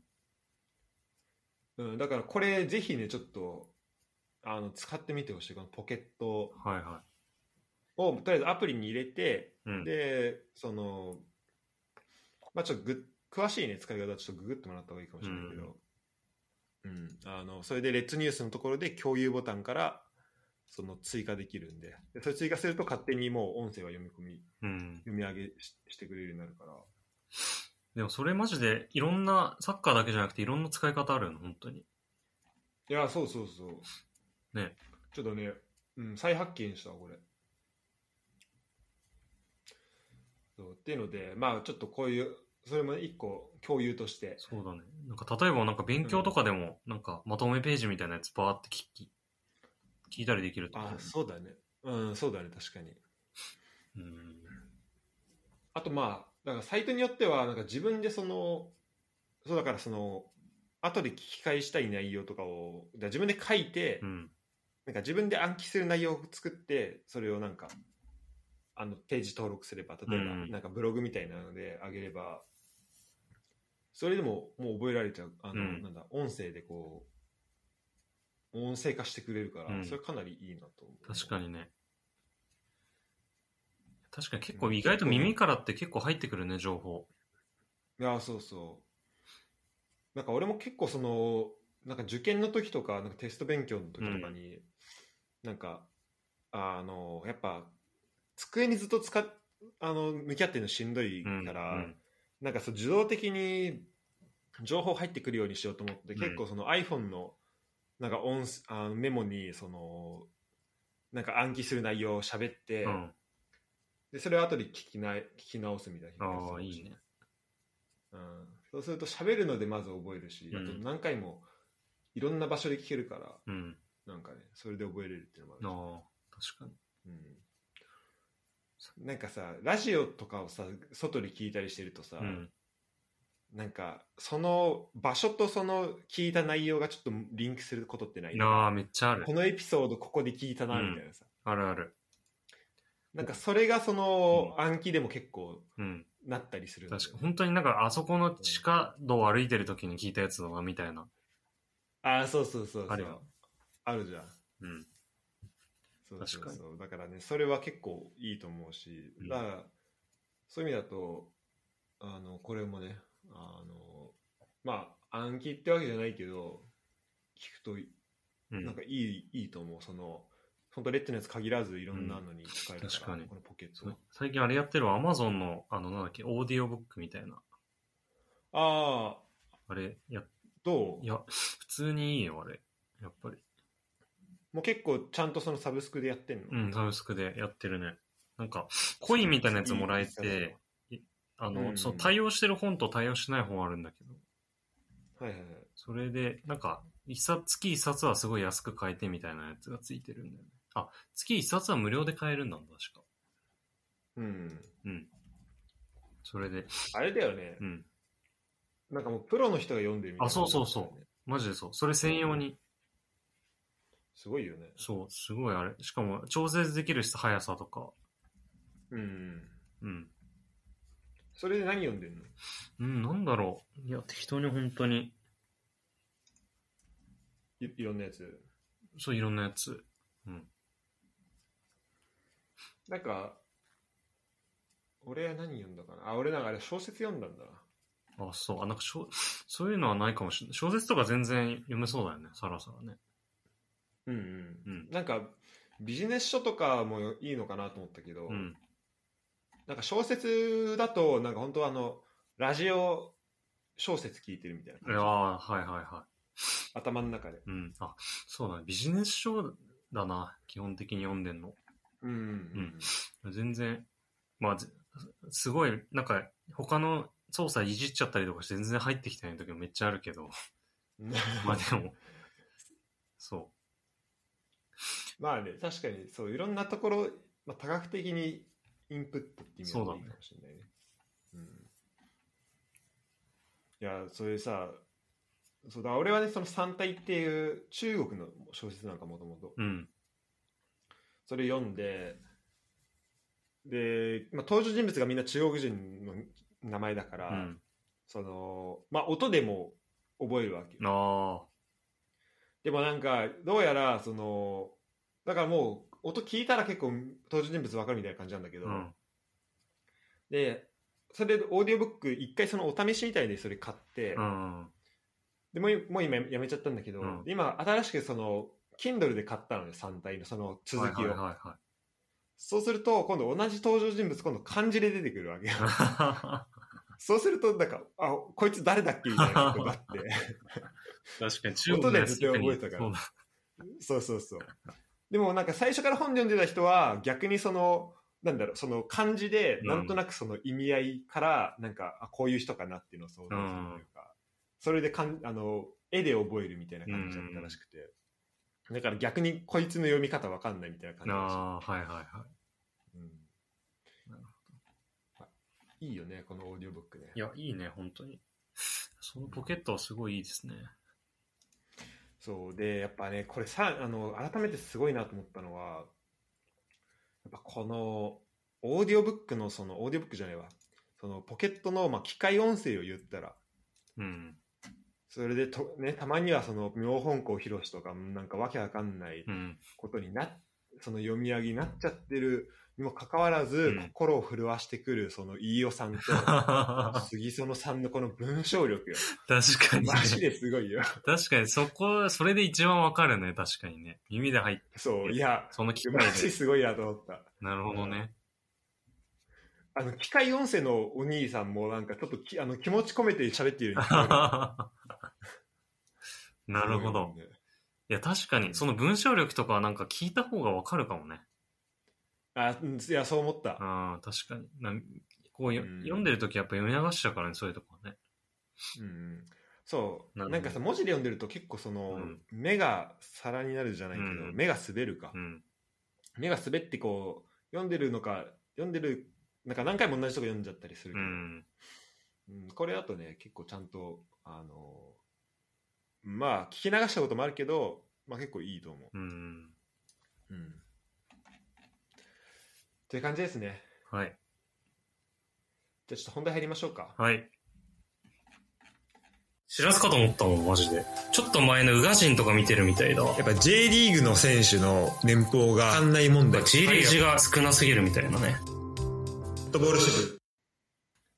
[SPEAKER 1] うんだからこれぜひね、ちょっと、あの、使ってみてほしい。このポケット
[SPEAKER 2] はいは
[SPEAKER 1] を、とりあえずアプリに入れて、
[SPEAKER 2] い。うん。
[SPEAKER 1] で、その、まあちょっとぐ詳しいね、使い方はちょっとググってもらった方がいいかもしれないけど、うん、あの、それで、レッツニュースのところで共有ボタンから、その追加できるんでで、それ追加すると勝手にもう音声は読み込み、
[SPEAKER 2] うん。
[SPEAKER 1] 読み上げししてくれるようになるから、
[SPEAKER 2] でもそれマジで、いろんな、サッカーだけじゃなくていろんな使い方あるよね、本当に。
[SPEAKER 1] いや、そうそうそう。
[SPEAKER 2] ね。
[SPEAKER 1] ちょっとね、うん、再発見したわ、これ。そうっていうので、まあちょっとこういう、それも一個共有として、
[SPEAKER 2] そうだね。なんか例えばなんか勉強とかでも、なんかまとめページみたいなやつバーって聞き、聞いたりできるとか
[SPEAKER 1] あ。そうだねうんそうだね確かに
[SPEAKER 2] うん。
[SPEAKER 1] あとまあなんかサイトによってはなんか自分でそのそうだからその後で聞き返したい内容とかをだから自分で書いて、
[SPEAKER 2] うん。
[SPEAKER 1] なんか自分で暗記する内容を作ってそれをなんかあのページ登録すれば例えば
[SPEAKER 2] うん
[SPEAKER 1] なんかブログみたいなのであげればそれでももう覚えられちゃうあの、
[SPEAKER 2] うん
[SPEAKER 1] なんだ音声でこう音声化してくれるから、
[SPEAKER 2] うん
[SPEAKER 1] それかなりいいなと思う
[SPEAKER 2] 確かにね。確かに結構意外と耳からって結構入ってくるね、情報。
[SPEAKER 1] いやそうそうなんか俺も結構そのなんか受験の時とかなんかテスト勉強の時とかに、なんかあのやっぱ机にずっと使っあの向き合ってるのしんどい
[SPEAKER 2] うん。
[SPEAKER 1] から、
[SPEAKER 2] うん
[SPEAKER 1] なんかそう自動的に情報入ってくるようにしようと思って、
[SPEAKER 2] うん
[SPEAKER 1] 結構その iPhone のなんか音声あのメモにそのなんか暗記する内容を喋って、
[SPEAKER 2] うん。
[SPEAKER 1] でそれを後で聞きな聞き直すみたいな
[SPEAKER 2] ああ、いいね。
[SPEAKER 1] うん、そうすると喋るのでまず覚えるし、
[SPEAKER 2] うん
[SPEAKER 1] あと何回もいろんな場所で聞けるから
[SPEAKER 2] うん。
[SPEAKER 1] なんかねそれで覚えれるっていうのもあるし
[SPEAKER 2] ああ、確かに。
[SPEAKER 1] うん、なんかさラジオとかをさ外で聞いたりしてるとさ、
[SPEAKER 2] うん。
[SPEAKER 1] なんかその場所とその聞いた内容がちょっとリンクすることってない
[SPEAKER 2] なあ、めっちゃある
[SPEAKER 1] こ。のエピソードここで聞いたな
[SPEAKER 2] うん
[SPEAKER 1] みたいなさ、
[SPEAKER 2] あるある。
[SPEAKER 1] なんかそれがその暗記でも結構
[SPEAKER 2] うん。
[SPEAKER 1] なったりするんだよね
[SPEAKER 2] 確か、本当になんか、あそこの地下道を歩いてる時に聞いたやつだな、みたいな。
[SPEAKER 1] ああそうそうそうそう
[SPEAKER 2] あるよ
[SPEAKER 1] あるじゃん
[SPEAKER 2] うん。
[SPEAKER 1] そうそう
[SPEAKER 2] 確
[SPEAKER 1] そうだからねそれは結構いいと思うし、
[SPEAKER 2] うん
[SPEAKER 1] だからそういう意味だとあのこれもねあのまあ暗記ってわけじゃないけど聞くと
[SPEAKER 2] うん。
[SPEAKER 1] なんかいい,、いいと思うその本当レッドのやつ限らずいろんなのに使えるから、
[SPEAKER 2] うん確かに
[SPEAKER 1] このポケッ
[SPEAKER 2] そ
[SPEAKER 1] トは
[SPEAKER 2] う最近あれやってるわ、アマゾンの、あの、なんだっけ、オーディオブックみたいな。
[SPEAKER 1] ああ
[SPEAKER 2] あれ、や、
[SPEAKER 1] どう
[SPEAKER 2] いや、普通にいいよ、あれ。やっぱり。
[SPEAKER 1] もう結構ちゃんとそのサブスクでやってんの、
[SPEAKER 2] うん、サブスクでやってるね。なんか、コインみたいなやつもらえ
[SPEAKER 1] いいです
[SPEAKER 2] て
[SPEAKER 1] ね、
[SPEAKER 2] あ
[SPEAKER 1] うんう
[SPEAKER 2] の、
[SPEAKER 1] ん
[SPEAKER 2] そう、対応してる本と対応しない本あるんだけど、
[SPEAKER 1] はいはいはい
[SPEAKER 2] それで、なんか、一冊、月一冊はすごい安く買えてみたいなやつがついてるんだよね。あ、月一冊は無料で買えるんだ、確か。
[SPEAKER 1] うん
[SPEAKER 2] うん。それで、
[SPEAKER 1] あれだよね、
[SPEAKER 2] うん。
[SPEAKER 1] なんかもうプロの人が読んでるみたいな、
[SPEAKER 2] あそうそうそマジでそう。それ専用に、
[SPEAKER 1] すごいよね
[SPEAKER 2] そう、すごいあれ。しかも、調節できるし速さとか。
[SPEAKER 1] うん
[SPEAKER 2] うん。
[SPEAKER 1] それで何読んでんの
[SPEAKER 2] うん、なんだろう。いや、適当に本当に、
[SPEAKER 1] いいろんなやつ
[SPEAKER 2] そう、いろんなやつ。うん。
[SPEAKER 1] なんか俺は何読んだかなあ俺なんかあれ小説読んだんだな
[SPEAKER 2] あ、そう。あ、なんかしょ、 [LAUGHS] そういうのはないかもしれない。小説とか全然読めそうだよね、さらさらね。
[SPEAKER 1] うん
[SPEAKER 2] う
[SPEAKER 1] うん
[SPEAKER 2] ん。
[SPEAKER 1] なんかビジネス書とかもいいのかなと思ったけど、
[SPEAKER 2] うん。
[SPEAKER 1] なんか小説だとなんか本当はあのラジオ小説聞いてるみたい
[SPEAKER 2] いやー
[SPEAKER 1] な感
[SPEAKER 2] はいはいは
[SPEAKER 1] じ頭の中で
[SPEAKER 2] い。うん。あ、そうだね。ビジネス書だな、基本的に読んでんの。
[SPEAKER 1] うんうん
[SPEAKER 2] 全然、まあ、ぜすごい、なんか、他の操作いじっちゃったりとかして全然入ってきてない時もめっちゃあるけ [LAUGHS] ど、
[SPEAKER 1] うん
[SPEAKER 2] まあでも、そ
[SPEAKER 1] まあね確かにそういろんなところ、まあ、多角的にインプットって意味
[SPEAKER 2] そう
[SPEAKER 1] も
[SPEAKER 2] だ
[SPEAKER 1] い
[SPEAKER 2] ね
[SPEAKER 1] いかもしれないねうん、いやそういうさそうだ俺はねその「三体」っていう中国の小説なんかもともと
[SPEAKER 2] う。うん。
[SPEAKER 1] それ読んでで、まあ、登場人物がみんな中国人の名前だか
[SPEAKER 2] う
[SPEAKER 1] ら、
[SPEAKER 2] ん。
[SPEAKER 1] そのまあ音でも覚えるわけよ
[SPEAKER 2] あ
[SPEAKER 1] でもなんかどうやらそのだからもう音聞いたら結構登場人物わかるみたいな感じなんだけ
[SPEAKER 2] あ。
[SPEAKER 1] ど、
[SPEAKER 2] うん。
[SPEAKER 1] でそれでオーディオブック一回そのお試しみたいでそれ買って、
[SPEAKER 2] うん。
[SPEAKER 1] でもうもう今やめちゃったんだけど、
[SPEAKER 2] うん
[SPEAKER 1] 今新しくその Kindle で買ったので3体のその続きを、
[SPEAKER 2] はいはいはい、はい。
[SPEAKER 1] そうすると今度同じ登場人物今度漢字で出てくるわけよそうするとなんかあこいつ誰だっけみたいなことがあって
[SPEAKER 2] 確かに [LAUGHS] 中国
[SPEAKER 1] 音
[SPEAKER 2] の
[SPEAKER 1] で
[SPEAKER 2] やつ
[SPEAKER 1] ずっと覚えたから
[SPEAKER 2] そうだ
[SPEAKER 1] そうそうそうでもなんか最初から本読んでた人は逆にそのなんだろうその漢字で
[SPEAKER 2] うん
[SPEAKER 1] なんとなくその意味合いからなんか、あこういう人かなっていうのを想像するというか、それでかんあの絵で覚えるみたいな感じだったらしくて、だから逆にこいつの読み方わかんないみたいな感じだし
[SPEAKER 2] ああ、はいはいはい。
[SPEAKER 1] い、うん
[SPEAKER 2] なる
[SPEAKER 1] あいいよねこのオーディオブックね
[SPEAKER 2] いや、いいね、本当に。そのポケットはすごいいいですね。
[SPEAKER 1] そうでやっぱねこれさあの改めてすごいなと思ったのはやっぱこのオーディオブックのそのオーディオブックじゃないわそのポケットの、まあ、機械音声を言ったら
[SPEAKER 2] うん。
[SPEAKER 1] それでと、ね、たまにはその妙本校ひろしとかなんかわけわかんない
[SPEAKER 2] [LAUGHS] うん。
[SPEAKER 1] ことになっその読み上げになっちゃってるにもかかわらず、
[SPEAKER 2] うん
[SPEAKER 1] 心を震わしてくるその飯尾
[SPEAKER 2] [LAUGHS]
[SPEAKER 1] さんと
[SPEAKER 2] 確
[SPEAKER 1] 杉園さんのこの文章力よ
[SPEAKER 2] かに、
[SPEAKER 1] マジ
[SPEAKER 2] ね。
[SPEAKER 1] ですごいよ
[SPEAKER 2] 確かに、そこ、それで一番わかるね、確かにね。耳で入って、
[SPEAKER 1] そうい
[SPEAKER 2] [LAUGHS]
[SPEAKER 1] や
[SPEAKER 2] その機
[SPEAKER 1] マ
[SPEAKER 2] 械
[SPEAKER 1] ジ
[SPEAKER 2] で。
[SPEAKER 1] すごいなと思った
[SPEAKER 2] なるほどね。
[SPEAKER 1] あの機械音声のお兄さんもなんかちょっときあの気持ち込めて喋っているように聞こえ
[SPEAKER 2] [LAUGHS] なるほど。いや、確かに、その文章力とかはなんか聞いた方がわかるかもね。
[SPEAKER 1] あうんいやそう思った、
[SPEAKER 2] ああ、確かに。なこうよ、
[SPEAKER 1] うん
[SPEAKER 2] 読んでるときやっぱ読み流しちゃうからね、そういうとこはね。
[SPEAKER 1] うんうん、そう
[SPEAKER 2] な
[SPEAKER 1] な
[SPEAKER 2] るほど
[SPEAKER 1] んかさ文字で読んでると結構その、
[SPEAKER 2] うん
[SPEAKER 1] 目が皿になるじゃないけど、
[SPEAKER 2] うん
[SPEAKER 1] 目が滑るか、
[SPEAKER 2] うん。
[SPEAKER 1] 目が滑ってこう読んでるのか読んでるなんか何回も同じとこ読んじゃったりする
[SPEAKER 2] う
[SPEAKER 1] けど、
[SPEAKER 2] ん。
[SPEAKER 1] うんこれだとね結構ちゃんとあのまあ聞き流したこともあるけど、まあ、結構いいと思
[SPEAKER 2] うん。
[SPEAKER 1] う、うん、という感じですね
[SPEAKER 2] はい。
[SPEAKER 1] じゃあちょっと本題入りましょうか
[SPEAKER 2] はい。知らずかと思ったもん、マジで。ちょっと前の宇賀神とか見てるみたいだわ。
[SPEAKER 3] やっぱ J リーグの選手の年俸が館内問題。
[SPEAKER 2] G リージが少なすぎるみたいなね。
[SPEAKER 3] フットボール支部。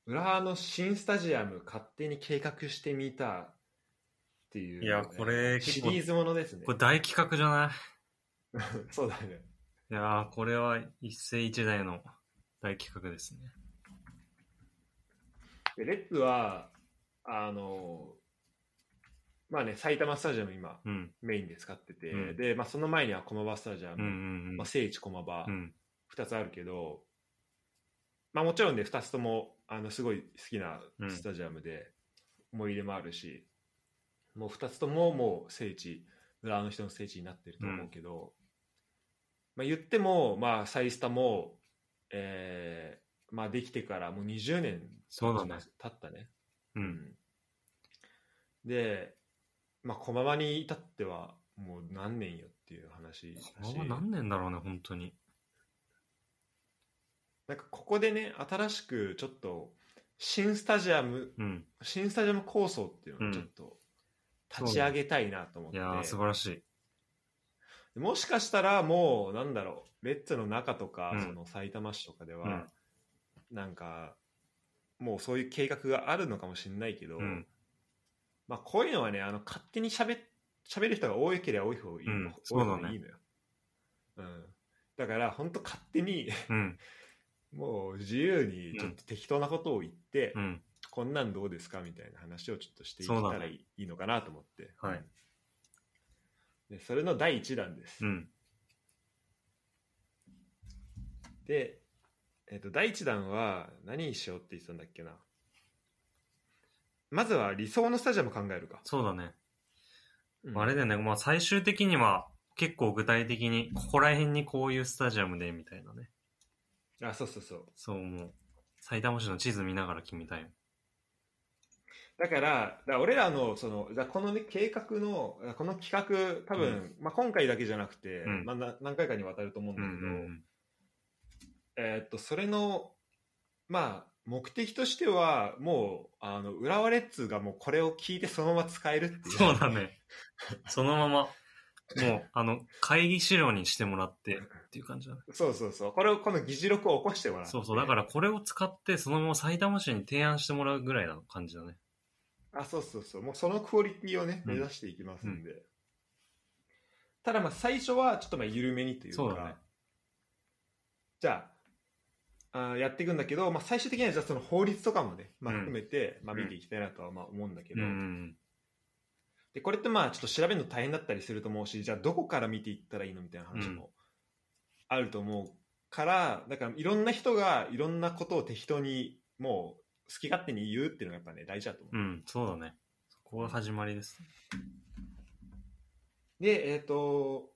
[SPEAKER 1] 浦和の新スタジアム勝手に計画してみたっていう、
[SPEAKER 2] いやこれ
[SPEAKER 1] シ
[SPEAKER 2] 結構
[SPEAKER 1] リーズものですね
[SPEAKER 2] これ大企画じゃない
[SPEAKER 1] そうだね
[SPEAKER 2] いやー、これは一世一代の大企画ですね。
[SPEAKER 1] でレッズはあのまあね埼玉スタジアム今
[SPEAKER 2] うん。
[SPEAKER 1] メインで使ってて、
[SPEAKER 2] うん
[SPEAKER 1] で、まあ、その前には駒場スタジア
[SPEAKER 2] うん
[SPEAKER 1] ム、
[SPEAKER 2] うん
[SPEAKER 1] まあ、聖地駒場
[SPEAKER 2] うん。うん。
[SPEAKER 1] 2つあるけど、まあ、もちろんね2つともあのすごい好きな
[SPEAKER 2] うん
[SPEAKER 1] スタジアムで思い入れもあるし、もう2つとももう聖地浦和の人の聖地になってると思うけど、まあ、言っても、まあ、サイスタも、えーまあ、できてからもう20年
[SPEAKER 2] そうだね
[SPEAKER 1] 経ったね。
[SPEAKER 2] う。
[SPEAKER 1] うんんで、まあ、駒場に至ってはもう何年よっていう話だし
[SPEAKER 2] これは何年だろうね、本当に。
[SPEAKER 1] なんかここでね新しくちょっと新スタジアム
[SPEAKER 2] うん。
[SPEAKER 1] 新スタジアム構想っていうのをちょっと立ち上げたいなと思っ
[SPEAKER 2] い
[SPEAKER 1] て、
[SPEAKER 2] やー、素晴らしい。
[SPEAKER 1] もしかしたらもうなんだろうレッツの中とか、
[SPEAKER 2] うん
[SPEAKER 1] その埼玉市とかでは、なんかもうそういう計画があるのかもしれないけど、
[SPEAKER 2] うん。
[SPEAKER 1] まあ、こういうのはねあの勝手にしゃべる人が多いければ多い方がいい,、
[SPEAKER 2] うん
[SPEAKER 1] 多い
[SPEAKER 2] そう
[SPEAKER 1] 方
[SPEAKER 2] だ
[SPEAKER 1] が
[SPEAKER 2] ね
[SPEAKER 1] いいのよ、うん、だから本当勝手に [LAUGHS]
[SPEAKER 2] うん。
[SPEAKER 1] もう自由にちょっと適当なことを言って、
[SPEAKER 2] うん。
[SPEAKER 1] こんなんどうですかみたいな話をちょっとしていけ
[SPEAKER 2] そう
[SPEAKER 1] た
[SPEAKER 2] だね
[SPEAKER 1] らいい,、のかなと思って、
[SPEAKER 2] はい
[SPEAKER 1] でそれの第1弾です、
[SPEAKER 2] うん。
[SPEAKER 1] で、えっと第1弾は何にしようって言ってたんだっけなまずは理想のスタジアム考えるか、
[SPEAKER 2] そうだね。
[SPEAKER 1] うん
[SPEAKER 2] まああれだよね、まあ最終的には結構具体的に、ここら辺にこういうスタジアムで、みたいなね。
[SPEAKER 1] あそうそうそう
[SPEAKER 2] そう思う。埼玉市の地図見ながら決めたいよ。
[SPEAKER 1] だからだから俺らのそのじゃあこの、ね、計画のあこの企画多分、まあ、今回だけじゃなくて、
[SPEAKER 2] うん
[SPEAKER 1] まあ、な何回かにわたると思うん
[SPEAKER 2] う
[SPEAKER 1] だ
[SPEAKER 2] ん
[SPEAKER 1] けど、えーっとそれのまあ目的としてはもうあの浦和レッズがもうこれを聞いてそのまま使えるって
[SPEAKER 2] うん。
[SPEAKER 1] いう
[SPEAKER 2] そうだね。そのまま、もう、あの、会議資料にしてもらってっていう感じだね。
[SPEAKER 1] そうそうそうこれをこの議事録を起こしてもらって
[SPEAKER 2] そうそう。だからこれを使って、そのまま埼玉市に提案してもらうぐらいの感じだね。
[SPEAKER 1] あそうそうそうもうそのクオリティをね
[SPEAKER 2] うん
[SPEAKER 1] 目指していきますんで、ただまあ最初はちょっとまあ緩めにというか
[SPEAKER 2] そうだね
[SPEAKER 1] じゃああーやっていくんだけど、まあ、最終的にはじゃあその法律とかもね、まあ、
[SPEAKER 2] うん
[SPEAKER 1] 含めて、まあ、見ていきたいなとはまあ思うんだけ
[SPEAKER 2] うん
[SPEAKER 1] ど、
[SPEAKER 2] うん。
[SPEAKER 1] でこれってまあちょっと調べるの大変だったりすると思うしじゃあどこから見ていったらいいのみたいな話もあると思うから、だからいろんな人がいろんなことを適当にもう好き勝手に言うっていうのがやっぱね大事だと思う。
[SPEAKER 2] うん、そうだね。そこが始まりです。
[SPEAKER 1] でえっ、と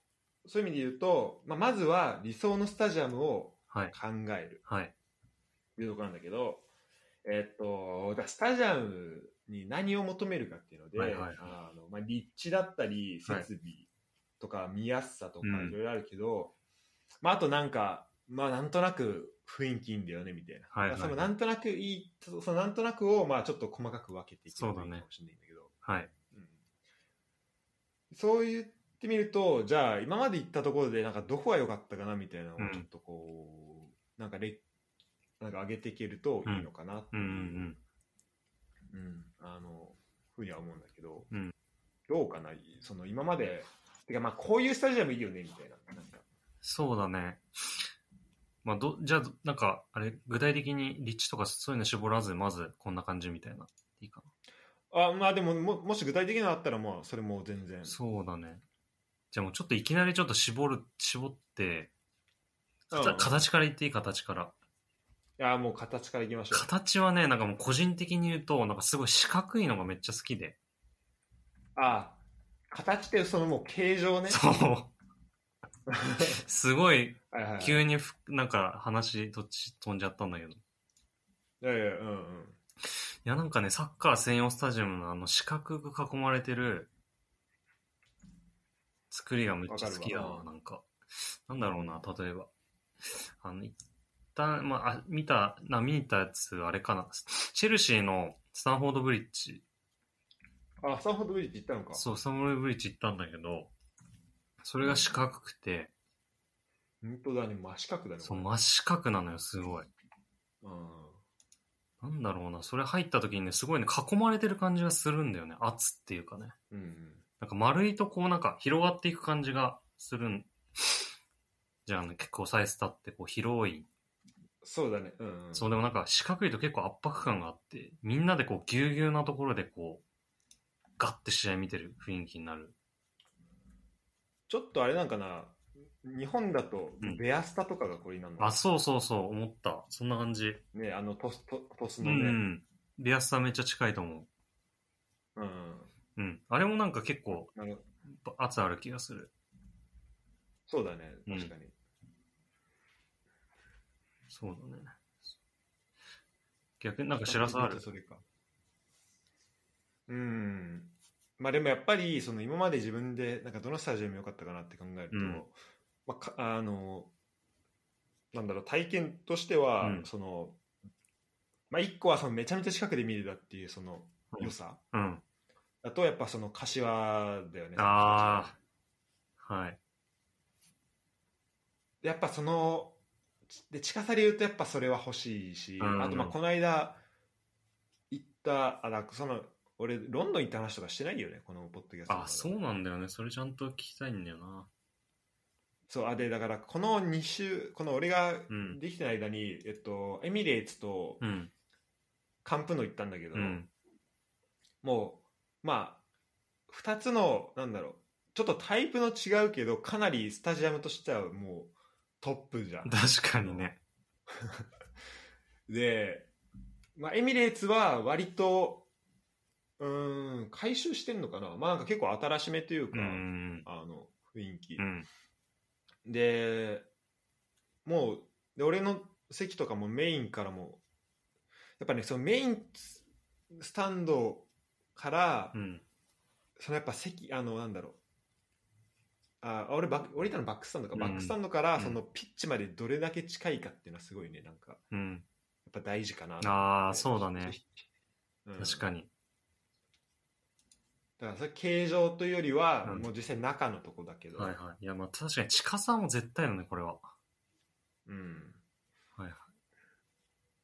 [SPEAKER 1] そういう意味で言うと、まあ、まずは理想のスタジアムを
[SPEAKER 2] はい。
[SPEAKER 1] 考える
[SPEAKER 2] はい。
[SPEAKER 1] というところなんだけど、えっ、とだからスタジアムに何を求めるかっていうので、
[SPEAKER 2] はいはいはい
[SPEAKER 1] あのまあ、立地だったり設
[SPEAKER 2] はい
[SPEAKER 1] 備とか見やすさとか
[SPEAKER 2] うん
[SPEAKER 1] いろいろあるけど、まあ、あとなんか、まあ、なんとなく雰囲気いいんだよねみたいな、
[SPEAKER 2] はいはい
[SPEAKER 1] まあそのなんとなくいいそそのなんとなくをまあちょっと細かく分けていけばいい
[SPEAKER 2] そ
[SPEAKER 1] か
[SPEAKER 2] う
[SPEAKER 1] も
[SPEAKER 2] だね
[SPEAKER 1] しれないんだけど
[SPEAKER 2] はい。
[SPEAKER 1] うんそう言ってみるとじゃあ今まで行ったところでなんかどこが良かったかなみたいなのを
[SPEAKER 2] うん
[SPEAKER 1] ちょっとこう、なんかレなんか上げていけるといいのかなって
[SPEAKER 2] う
[SPEAKER 1] いう、
[SPEAKER 2] んうんうん。
[SPEAKER 1] うんあのふうには思うんだけど、
[SPEAKER 2] うん
[SPEAKER 1] どうかなその今までてかまあこういうスタジアムいいよねみたいななんか
[SPEAKER 2] そうだね。まあ、ど、じゃあ、なんか、あれ、具体的に立地とかそういうの絞らず、まずこんな感じみたいな。いいか
[SPEAKER 1] あまあでもももし具体的なのあったらまあそれも全然
[SPEAKER 2] な。そうだね。じゃあもうちょっといきなりちょっと絞る、絞って、かた
[SPEAKER 1] うん
[SPEAKER 2] 形から言っていい形から。
[SPEAKER 1] いやもう形からいきましょう
[SPEAKER 2] 形はね、なんかもう個人的に言うと、なんかすごい四角いのがめっちゃ好きで。
[SPEAKER 1] [LAUGHS] あ形ってそのもう形状ね
[SPEAKER 2] そう。すごい、
[SPEAKER 1] はいはいはい、
[SPEAKER 2] 急にふ、なんか話、どっち飛んじゃったんだけど。い
[SPEAKER 1] いやいや、うんうん。
[SPEAKER 2] や、なんかね、サッカー専用スタジアムのあの四角く囲まれてる作りがめっちゃ好きだ
[SPEAKER 1] わか
[SPEAKER 2] わ、
[SPEAKER 1] るわ
[SPEAKER 2] なんか。なんだろうな、例えば。あの、一旦、まああ、見た、な、見に行ったやつ、あれかな。チェルシーのスタンフォードブリッジ。
[SPEAKER 1] あ、サンフォードブリッジ行ったのか。
[SPEAKER 2] そう、スタンフォードブリッジ行ったんだけど、それが四角くて、
[SPEAKER 1] 本当だね、真四角だね。
[SPEAKER 2] そう、
[SPEAKER 1] こ
[SPEAKER 2] 真四角なのよ、すごい。
[SPEAKER 1] れうん
[SPEAKER 2] なんだろうな、それ入った時にね、すごいね、囲まれてる感じがするんだよね。圧っていうかね。
[SPEAKER 1] うんうん。
[SPEAKER 2] なんか丸いとこう、なんか広がっていく感じがするん。じゃあ、ね、結構サイズタってこう広い。
[SPEAKER 1] そうだね。うん、うん。
[SPEAKER 2] そう、でもなんか四角いと結構圧迫感があって、みんなでこうぎゅうぎゅうなところでこう、ガッて試合見てる雰囲気になる。
[SPEAKER 1] ちょっとあれなんかな、日本だと
[SPEAKER 2] うん、
[SPEAKER 1] ベアスタとかがこれになるのか
[SPEAKER 2] あ、そうそうそう、思った。そんな感じ。
[SPEAKER 1] ね、あのトス、トトス
[SPEAKER 2] う
[SPEAKER 1] のね。
[SPEAKER 2] ん。ベアスタめっちゃ近いと思
[SPEAKER 1] うん。うん、
[SPEAKER 2] う。うん。あれもなんか結構
[SPEAKER 1] なる
[SPEAKER 2] 圧ある気がする。
[SPEAKER 1] そうだね、
[SPEAKER 2] うん
[SPEAKER 1] 確かに。
[SPEAKER 2] そうだね。逆になんか知らさある。
[SPEAKER 1] それか。うん。まあでもやっぱり、その今まで自分で、なんかどのスタジアム良かったかなって考えると、
[SPEAKER 2] うん
[SPEAKER 1] まあか、あの、なんだろう、体験としては、
[SPEAKER 2] うん
[SPEAKER 1] その、まあ一個はそのめちゃめちゃ近くで見れたっていうその良さ、
[SPEAKER 2] うん。
[SPEAKER 1] だとやっぱその柏だよね。
[SPEAKER 2] ああ。はい。
[SPEAKER 1] やっぱそので近さで言うとやっぱそれは欲しいし、
[SPEAKER 2] うん
[SPEAKER 1] あとまあこの間行ったあだその俺ロンドン行った話とかしてないよねこのポッドキャストの中
[SPEAKER 2] あ
[SPEAKER 1] で
[SPEAKER 2] そうなんだよね。それちゃんと聞きたいんだよな。
[SPEAKER 1] そうあでだからこの2週この俺が
[SPEAKER 2] うん
[SPEAKER 1] できてない間に、えっと、エミレーツと
[SPEAKER 2] うん。
[SPEAKER 1] カンプノ行ったんだけど、
[SPEAKER 2] うん。
[SPEAKER 1] もうまあ2つのなんだろうちょっとタイプの違うけどかなりスタジアムとしてはもうトップじゃん
[SPEAKER 2] 確かにね。
[SPEAKER 1] で、まあ、エミレーツは割とうーん回収してんのかな,、まあ、なんか結構新しめという
[SPEAKER 2] う
[SPEAKER 1] か、
[SPEAKER 2] ん。
[SPEAKER 1] あの雰囲気、
[SPEAKER 2] うん。
[SPEAKER 1] でもうで俺の席とかもメインからもやっぱねそのメインスタンドから、
[SPEAKER 2] うん。
[SPEAKER 1] そのやっぱ席あのなんだろうあ俺バック降りたのバックスタンドか、
[SPEAKER 2] うん
[SPEAKER 1] バックスタンドか
[SPEAKER 2] う
[SPEAKER 1] ら
[SPEAKER 2] ん
[SPEAKER 1] そのピッチまでどれだけ近いかっていうのはすごいねなんかや
[SPEAKER 2] うん。
[SPEAKER 1] っぱ大事かなと思って
[SPEAKER 2] ああ、そうだね。。
[SPEAKER 1] うん
[SPEAKER 2] 確かに。
[SPEAKER 1] だからそれ形状というよりは、
[SPEAKER 2] うん
[SPEAKER 1] もう実際中のとこだけど、
[SPEAKER 2] はいはい。いや、まあ確かに近さも絶対だね、これは。
[SPEAKER 1] うん、
[SPEAKER 2] はいはい。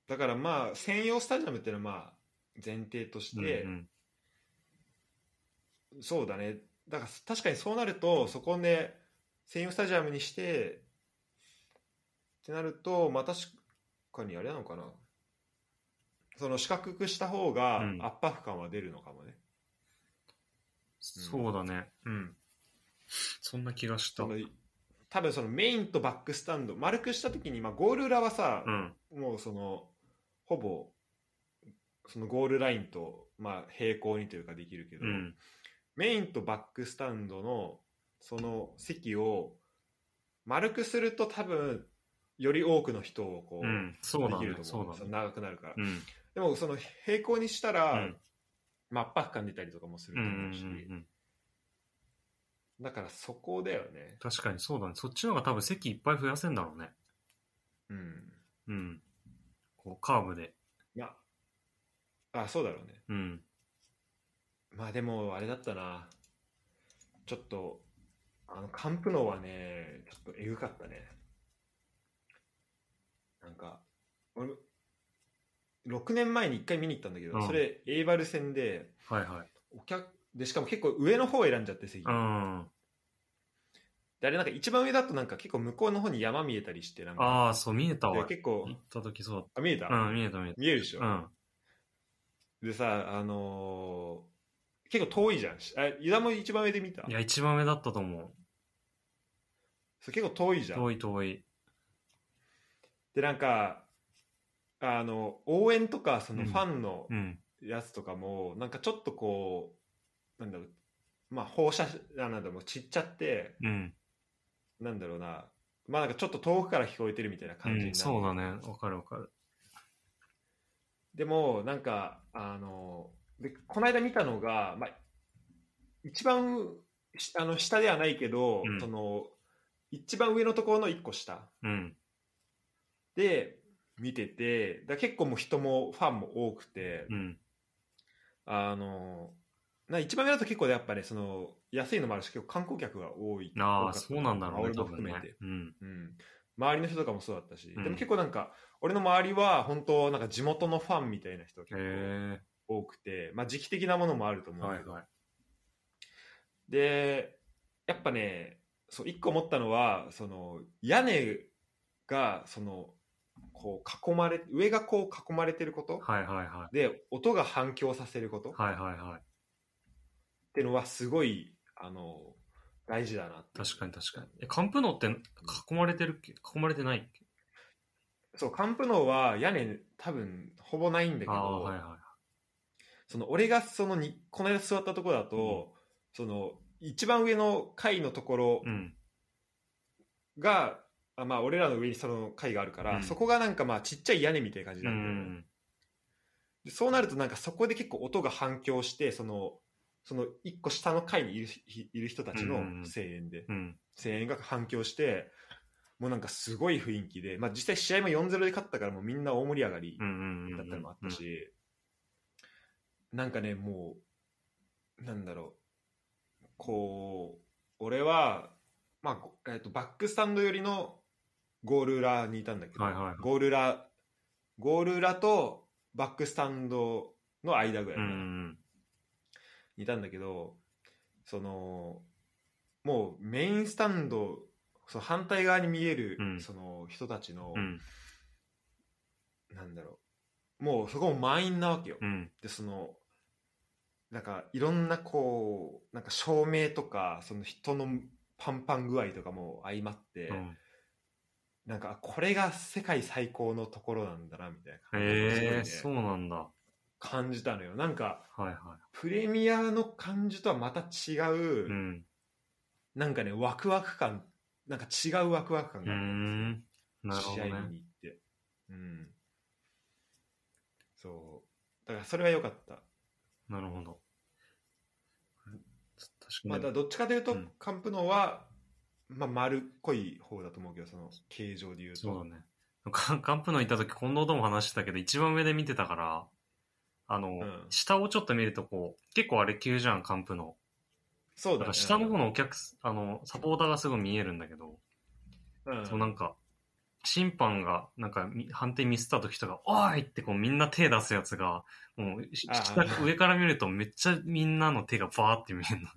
[SPEAKER 1] だからまあ専用スタジアムっていうのはまあ前提として、
[SPEAKER 2] うん
[SPEAKER 1] そうだねだから確かにそうなるとそこで専用スタジアムにしてってなるとまあ確かにあれなのかなその四角くした方が
[SPEAKER 2] うん
[SPEAKER 1] 圧迫感は出るのかもね、
[SPEAKER 2] そうだね。うん。そんな気がした。
[SPEAKER 1] そうの多分そのメインとバックスタンド丸くした時に、まあ、ゴール裏はさ、
[SPEAKER 2] ん。
[SPEAKER 1] もうそのほぼそのゴールラインと、まあ、平行にというかできるけど、
[SPEAKER 2] うん。
[SPEAKER 1] メインとバックスタンドのその席を丸くすると多分より多くの人をこう、
[SPEAKER 2] うん。そうだ
[SPEAKER 1] でき
[SPEAKER 2] ね
[SPEAKER 1] る。と
[SPEAKER 2] そ
[SPEAKER 1] 思
[SPEAKER 2] う
[SPEAKER 1] う
[SPEAKER 2] だ
[SPEAKER 1] そ
[SPEAKER 2] ね。
[SPEAKER 1] の長くなるから、
[SPEAKER 2] うん。
[SPEAKER 1] でもその平行にしたら、
[SPEAKER 2] うん
[SPEAKER 1] まあ、圧迫感出たりとかもする
[SPEAKER 2] うんう
[SPEAKER 1] と
[SPEAKER 2] ん
[SPEAKER 1] 思うし、
[SPEAKER 2] うんうん。
[SPEAKER 1] だからそこだよね
[SPEAKER 2] 確かにそうだね。そっちの方が多分席いっぱい増やせんだろうね。
[SPEAKER 1] うん
[SPEAKER 2] うん。こう、カーブで。
[SPEAKER 1] まああそうだろうね
[SPEAKER 2] うん。
[SPEAKER 1] まあでもあれだったなちょっとあのカンプノーはねちょっとえぐかったねなんか俺6年前に1回見に行ったんだけど、
[SPEAKER 2] うん
[SPEAKER 1] それエイバル戦で
[SPEAKER 2] はいはい。
[SPEAKER 1] お客でしかも結構上の方を選んじゃって席、
[SPEAKER 2] うん。
[SPEAKER 1] であれなんか一番上だとなんか結構向こうの方に山見えたりしてなんか
[SPEAKER 2] ああ、そう、見えた
[SPEAKER 1] で
[SPEAKER 2] わ。
[SPEAKER 1] 結構
[SPEAKER 2] 行った時そう
[SPEAKER 1] あ見えた、
[SPEAKER 2] だった。うん、見えた見え
[SPEAKER 1] 見えるでしょ、
[SPEAKER 2] た。うん。
[SPEAKER 1] でさあのー結構遠いじゃんしあユダも一番上で見た
[SPEAKER 2] いや、一番上だったと思
[SPEAKER 1] そう結構遠いじ
[SPEAKER 2] う。
[SPEAKER 1] ゃん
[SPEAKER 2] 遠い遠い。
[SPEAKER 1] でなんかあの応援とかその
[SPEAKER 2] うん
[SPEAKER 1] ファンの
[SPEAKER 2] うん。
[SPEAKER 1] やつとかも、なんかちょっとこうなんだろうまあ放射あなんだろうもう散っちゃって
[SPEAKER 2] うん。
[SPEAKER 1] なんだろうな、まあなんかちょっと遠くから聞こえてるみたいな感じにな
[SPEAKER 2] うん、
[SPEAKER 1] る
[SPEAKER 2] そうだね。わかるわかる。
[SPEAKER 1] でもなんかあのでこの間見たのが、まあ、一番しあの下ではないけど、
[SPEAKER 2] うん
[SPEAKER 1] その一番上のところの一個下
[SPEAKER 2] うん。
[SPEAKER 1] で見ててだ結構もう人もファンも多くて、
[SPEAKER 2] うん。
[SPEAKER 1] あのな一番上だと結構やっぱねその安いのもあるし結構観光客が多い
[SPEAKER 2] あ
[SPEAKER 1] 多か
[SPEAKER 2] あ、
[SPEAKER 1] った
[SPEAKER 2] そうなんだろうね、
[SPEAKER 1] 俺
[SPEAKER 2] 多
[SPEAKER 1] も
[SPEAKER 2] 分
[SPEAKER 1] 含め
[SPEAKER 2] ね
[SPEAKER 1] て、。
[SPEAKER 2] うん。
[SPEAKER 1] うん、周りの人とかもそうだったし、
[SPEAKER 2] うん
[SPEAKER 1] でも結構なんか俺の周りは本当なんか地元のファンみたいな人が結構
[SPEAKER 2] へ
[SPEAKER 1] 多くて、まあ、時期的なものもあると
[SPEAKER 2] え。
[SPEAKER 1] 思う
[SPEAKER 2] は
[SPEAKER 1] け
[SPEAKER 2] い
[SPEAKER 1] ど、
[SPEAKER 2] はい。
[SPEAKER 1] でやっぱねそう一個思ったのはその屋根がそのこう囲まれ上がこう囲まれてること
[SPEAKER 2] はいはいはい。
[SPEAKER 1] で音が反響させることっ
[SPEAKER 2] はいはいはい。
[SPEAKER 1] てのはすごいあの大事だなって
[SPEAKER 2] 確かに確かに。え、カンプノって囲まれてるっけ囲まれてないっけ
[SPEAKER 1] そうカンプノーは屋根多分ほぼないんだけど、
[SPEAKER 2] ああ、はいはい。
[SPEAKER 1] その俺がそのにこの間座ったところだと、その一番上の階のところ
[SPEAKER 2] うん。
[SPEAKER 1] が、あまあ俺らの上にその階があるから、
[SPEAKER 2] うん
[SPEAKER 1] そこがなんかまあちっちゃい屋根みたいな感じに
[SPEAKER 2] う
[SPEAKER 1] なってるのね、
[SPEAKER 2] ん。
[SPEAKER 1] でそうなるとなんかそこで結構音が反響してそのその一個下の階にいるひいる人たち
[SPEAKER 2] う
[SPEAKER 1] の
[SPEAKER 2] んうんうん
[SPEAKER 1] 声援で、
[SPEAKER 2] うん。
[SPEAKER 1] 声援が反響してもうなんかすごい雰囲気で、まあ、実際試合も4 0で勝ったからもうみんな大盛り上がり
[SPEAKER 2] うんうんうん。
[SPEAKER 1] だったのもあったし、なんかねもうなんだろうこう俺は、まあごえっとバックスタンド寄りのゴール裏にいたんだけど、
[SPEAKER 2] はいはいはい
[SPEAKER 1] ゴール裏ゴール裏とバックスタンドの間ぐらい
[SPEAKER 2] うん。う
[SPEAKER 1] か
[SPEAKER 2] ん
[SPEAKER 1] な
[SPEAKER 2] うん。
[SPEAKER 1] にいたんだけどそのもうメインスタンドその反対側に見える、
[SPEAKER 2] うん
[SPEAKER 1] その人たちの、
[SPEAKER 2] うん。
[SPEAKER 1] なんだろうもうそこも満員なわけよ、
[SPEAKER 2] うん。
[SPEAKER 1] でそのなんかいろんなこうなんか照明とかその人のパンパン具合とかも相まって、
[SPEAKER 2] うん。
[SPEAKER 1] なんかあこれが世界最高のところなんだなみたいな感じすごい
[SPEAKER 2] へ
[SPEAKER 1] ね
[SPEAKER 2] え、そうなんだ。は
[SPEAKER 1] 感じたのよなんか
[SPEAKER 2] いはい。
[SPEAKER 1] プレミアの感じとはまた違う、
[SPEAKER 2] うん。
[SPEAKER 1] なんかねワクワク感なんか違うワクワク感
[SPEAKER 2] うー
[SPEAKER 1] があったんですよ試合
[SPEAKER 2] ん。なるほど
[SPEAKER 1] 見
[SPEAKER 2] ね。
[SPEAKER 1] に行って、うんそうだからそれは良かった
[SPEAKER 2] なるほど。確
[SPEAKER 1] まあ、
[SPEAKER 2] か
[SPEAKER 1] だか
[SPEAKER 2] に
[SPEAKER 1] ら。どっちかというと、
[SPEAKER 2] うん
[SPEAKER 1] カンプノーは、まあ、丸っこい方だと思うけど、その形状で言うと。
[SPEAKER 2] そうだね。カ [LAUGHS] ンカンプノ行った時、近藤とも話してたけど、一番上で見てたから、あの、
[SPEAKER 1] ん
[SPEAKER 2] 下をちょっと見るとこう、結構あれ急じゃん、カンプノ。
[SPEAKER 1] そう
[SPEAKER 2] だ
[SPEAKER 1] だね
[SPEAKER 2] から下の方のお客す、あの、サポーターがすごい見えるんだけど、
[SPEAKER 1] うん
[SPEAKER 2] そうなんか、審判が、なんか、み判定ミスった時とか、おーいってこうみんな手出すやつが、もう、し
[SPEAKER 1] あー
[SPEAKER 2] 下上から見るとめっちゃみんなの手がバーって見えるの。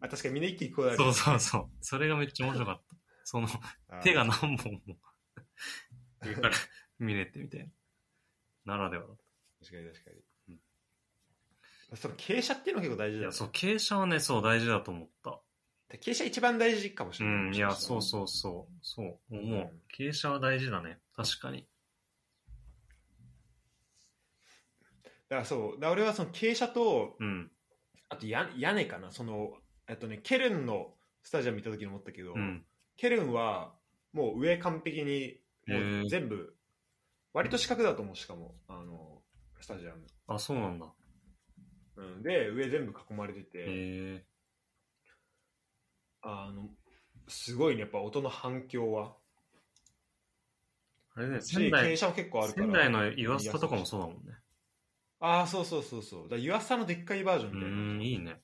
[SPEAKER 1] あ確かにみんな一気にこうだ
[SPEAKER 2] そうそうそう。それがめっちゃ面白かった。その、手が何本も上から見れてみたいな。ならではだっ
[SPEAKER 1] 確かに確かに
[SPEAKER 2] う。
[SPEAKER 1] その傾斜っていうのが結構大
[SPEAKER 2] た。
[SPEAKER 1] 事
[SPEAKER 2] い
[SPEAKER 1] だ
[SPEAKER 2] や、
[SPEAKER 1] よ、
[SPEAKER 2] そう、傾斜はね、そう、大事だと思った。
[SPEAKER 1] ね。傾斜一番大事かもし
[SPEAKER 2] う
[SPEAKER 1] れない。
[SPEAKER 2] ん、いや、そうそうそう、そう、思う。傾斜は大事だね。確かに。
[SPEAKER 1] だからそう、だから俺はその傾斜と、
[SPEAKER 2] うん、
[SPEAKER 1] あとや屋根かな、その、えっとね、ケルンのスタジアム行った時に思ったけど、
[SPEAKER 2] うん。
[SPEAKER 1] ケルンはもう上完璧に、も
[SPEAKER 2] へー
[SPEAKER 1] う全部、割と四角だと思う、しかも、あの、スタジアム。
[SPEAKER 2] あ、そうなんだ。
[SPEAKER 1] うん、で上全部囲まれてて、
[SPEAKER 2] へえ
[SPEAKER 1] あのすごいねやっぱ音の反響は
[SPEAKER 2] あれね、
[SPEAKER 1] し
[SPEAKER 2] 仙
[SPEAKER 1] 傾
[SPEAKER 2] 台、
[SPEAKER 1] 斜も結構あるから
[SPEAKER 2] 仙台の岩下とかもそうだもんね。
[SPEAKER 1] ああそうそうそうそうだから湯浅のでっかいバージョン
[SPEAKER 2] う
[SPEAKER 1] みたいな、
[SPEAKER 2] ん、いいね。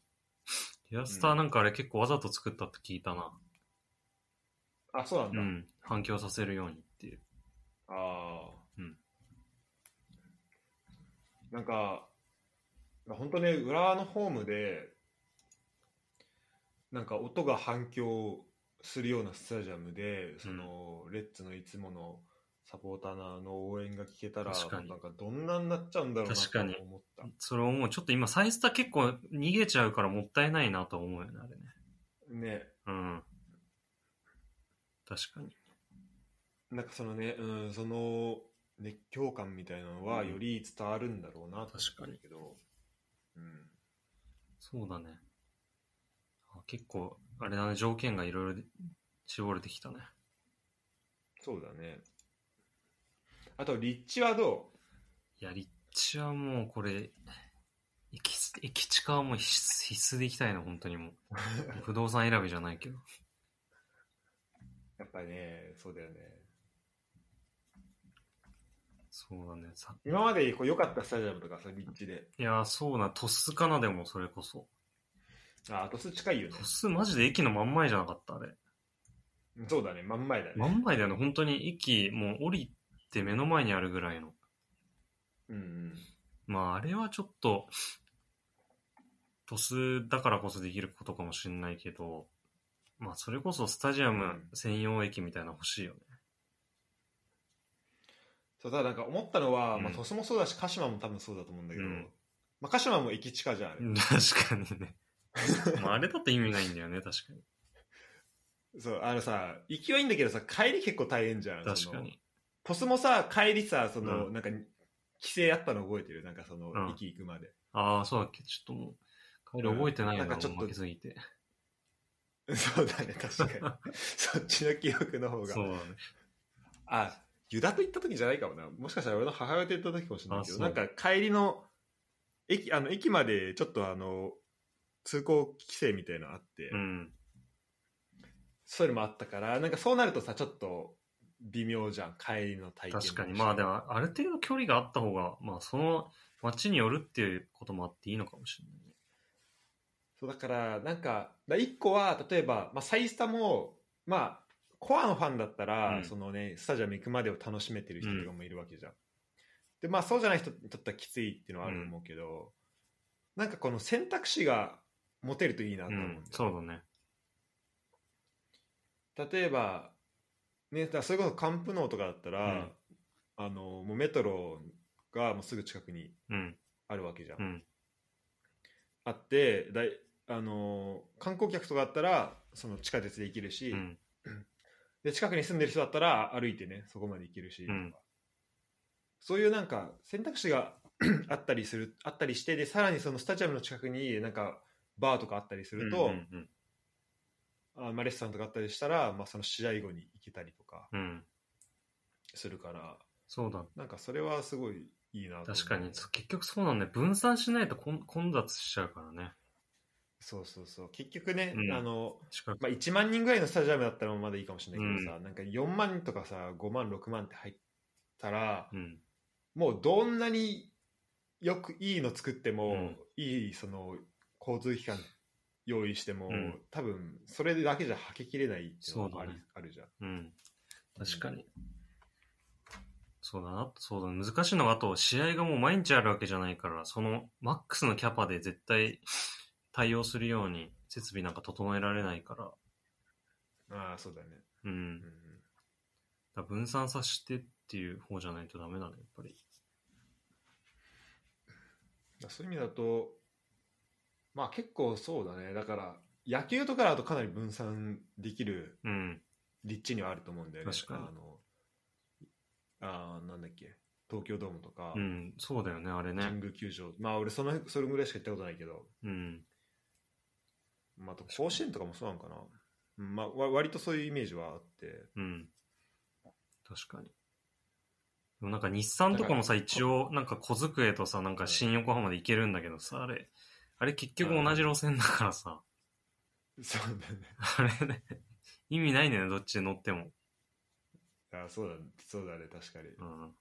[SPEAKER 2] 岩下なんかあれ結構わざと作ったって聞いたな。
[SPEAKER 1] あそうなん
[SPEAKER 2] う
[SPEAKER 1] だ、
[SPEAKER 2] ん、反響させるようにっていう。
[SPEAKER 1] ああ
[SPEAKER 2] うん
[SPEAKER 1] なんか本当ね浦和のホームでなんか音が反響するようなスタジアムでその、レッツのいつものサポーターの応援が聞けたら
[SPEAKER 2] 確かに
[SPEAKER 1] なんかどんなになっちゃうんだろうな
[SPEAKER 2] 確かに
[SPEAKER 1] と思った
[SPEAKER 2] それをもうちょっと今、サイスター結構逃げちゃうからもったいないなと思うよね、あれね。
[SPEAKER 1] ね
[SPEAKER 2] うん。確かに。
[SPEAKER 1] なんかそのね、うん、その熱狂感みたいなのは
[SPEAKER 2] うん
[SPEAKER 1] より伝わるんだろうなと
[SPEAKER 2] 確か
[SPEAKER 1] 思う
[SPEAKER 2] に
[SPEAKER 1] けど、うん、
[SPEAKER 2] そうだね。あ結構、あれだね、条件がいろいろ絞れてきたね。
[SPEAKER 1] そうだね。あと、立地はど
[SPEAKER 2] いや、立地はもうこれ、駅駅地下はもう必須必須でいきたいな、本当にもう。不動産選びじゃないけど。
[SPEAKER 1] うやっぱね、そうだよね。
[SPEAKER 2] そうだね。さ
[SPEAKER 1] 今までこう良かったスタジアムとかさ、立地で。
[SPEAKER 2] いや、そうな、鳥栖かな、でもそれこそ。
[SPEAKER 1] あ、鳥栖近いよね
[SPEAKER 2] 鳥。栖マジで駅の真ん前じゃなかった、あれ。
[SPEAKER 1] そうだね、真ん前だね。
[SPEAKER 2] 真ん前だよね、本当に駅、もう降りて目の前にあるぐらいの。
[SPEAKER 1] うんうん。
[SPEAKER 2] まあ、あれはちょっと、鳥栖だからこそできることかもしれないけど、まあ、それこそスタジアム専用駅みたいなの欲しいよね。 [LAUGHS]
[SPEAKER 1] そうただなんか思ったのは、
[SPEAKER 2] うん
[SPEAKER 1] まあ、鳥栖もそうだし鹿島も多分そうだと思うんだけど、
[SPEAKER 2] うん
[SPEAKER 1] まあ、鹿島も駅近じゃんあれ、
[SPEAKER 2] 確かにね。まあ、あれだって意味ないんだよね、確かに。
[SPEAKER 1] そうあのさ行きはいいんだけどさ帰り結構大変じゃん
[SPEAKER 2] 確
[SPEAKER 1] [LAUGHS]
[SPEAKER 2] か
[SPEAKER 1] その
[SPEAKER 2] に。
[SPEAKER 1] 鳥栖もさ帰りさその、
[SPEAKER 2] う
[SPEAKER 1] なんか規制あったの覚えてるなんかその、
[SPEAKER 2] うん
[SPEAKER 1] 駅行くまで [LAUGHS]
[SPEAKER 2] ああ、そうだっけ、ちょっともう、帰り覚えてないよ
[SPEAKER 1] うんなん
[SPEAKER 2] な、
[SPEAKER 1] かちょっと
[SPEAKER 2] もう負けすぎて。
[SPEAKER 1] そうだね確かに
[SPEAKER 2] [LAUGHS]
[SPEAKER 1] そっちの記憶の方が
[SPEAKER 2] そうだね。
[SPEAKER 1] あユダと行った時じゃないかもなもしかしたら俺の母親と行った時かもしれないけど
[SPEAKER 2] あ
[SPEAKER 1] なんか帰りの駅あの駅までちょっとあの通行規制みたいなのあって、
[SPEAKER 2] うん。
[SPEAKER 1] そういうのもあったからなんかそうなるとさちょっと微妙じゃん帰りの体験
[SPEAKER 2] 確かに。まあ、でも、ある程度距離があった方が、まあ、その街によるっていうこともあっていいのかもしれないね。
[SPEAKER 1] そうだからなんかだ一個は例えば、まあ、サイスタもまあコアのファンだったら、
[SPEAKER 2] うん
[SPEAKER 1] そのねスタジアム行くまでを楽しめてる人とかもいるわけじゃん、でまあそうじゃない人にとってはきついっていうのはあると思うけど、なんかこの選択肢が持てるといいなと
[SPEAKER 2] う
[SPEAKER 1] 思うんだよね
[SPEAKER 2] ん、そうだね。
[SPEAKER 1] 例えば、ね、だからそれこそカンプノーとかだったら、
[SPEAKER 2] うん
[SPEAKER 1] あのもうメトロがもうすぐ近くに
[SPEAKER 2] うん、
[SPEAKER 1] あるわけじゃん、
[SPEAKER 2] うん、
[SPEAKER 1] あってだいあのー観光客とかだったらその地下鉄で行けるし、
[SPEAKER 2] うん、
[SPEAKER 1] で近くに住んでる人だったら歩いてねそこまで行けるし、
[SPEAKER 2] うん
[SPEAKER 1] そういうなんか選択肢が [CLEARS THROAT] あったりするあったりしてでさらにそのスタジアムの近くになんかバーとかあったりすると、
[SPEAKER 2] うん、うん
[SPEAKER 1] あまあ、レストランとかあったりしたら、まあ、その試合後に行けたりとか
[SPEAKER 2] うん、うん
[SPEAKER 1] するから
[SPEAKER 2] そうだ。
[SPEAKER 1] なんかそれはすごいいいなと思う
[SPEAKER 2] 確かに、そう結局そうなんだよ。分散しないと混混雑しちゃうからね。
[SPEAKER 1] そうそうそう結局ね、
[SPEAKER 2] うん
[SPEAKER 1] あの
[SPEAKER 2] 近く
[SPEAKER 1] まあ、1万人ぐらいのスタジアムだったらまだいいかもしれないけどさ、なんか4万とかさ5万6万って入ったら
[SPEAKER 2] うん、
[SPEAKER 1] もうどんなによくいいの作っても、
[SPEAKER 2] うん
[SPEAKER 1] いいその交通機関用意しても、
[SPEAKER 2] うん
[SPEAKER 1] 多分それだけじゃはけきれないっていうの
[SPEAKER 2] そう
[SPEAKER 1] が
[SPEAKER 2] だ
[SPEAKER 1] あり
[SPEAKER 2] ね
[SPEAKER 1] あるじゃん
[SPEAKER 2] うん。確かに。そうだな、そうだ、難しいのは、あと、試合がもう毎日あるわけじゃないから、その、マックスのキャパで絶対対応するように、設備なんか整えられないから、
[SPEAKER 1] ああそうだね、
[SPEAKER 2] う。
[SPEAKER 1] うんん
[SPEAKER 2] だから分散させてっていう方じゃないとダメだね、やっぱり。
[SPEAKER 1] だそういう意味だとまあ結構そうだねだから野球とかだとかなり分散できる
[SPEAKER 2] うん、
[SPEAKER 1] 立地にはあると思うんだよね。
[SPEAKER 2] 確かに
[SPEAKER 1] あのあーなんだっけ東京ドームとか、
[SPEAKER 2] うん、そうだよね、あれ
[SPEAKER 1] 神
[SPEAKER 2] ね。
[SPEAKER 1] 宮球場まあ俺そのそれぐらいしか行ったことないけど、
[SPEAKER 2] うん。
[SPEAKER 1] まあ、あと甲子園とかもそうなのかな、うんまあ、わ割とそういうイメージはあって
[SPEAKER 2] うん。確かに。でもなんか日産とかもさ、一応、なんか小机とさ、なんか新横浜で行けるんだけどさ、あれ、あれ結局同じ路線だからさ、
[SPEAKER 1] [LAUGHS] そうだね
[SPEAKER 2] あれね、意味ないんだよね、どっちで乗っても。
[SPEAKER 1] [LAUGHS] あーそうだそうだね確かに
[SPEAKER 2] うん。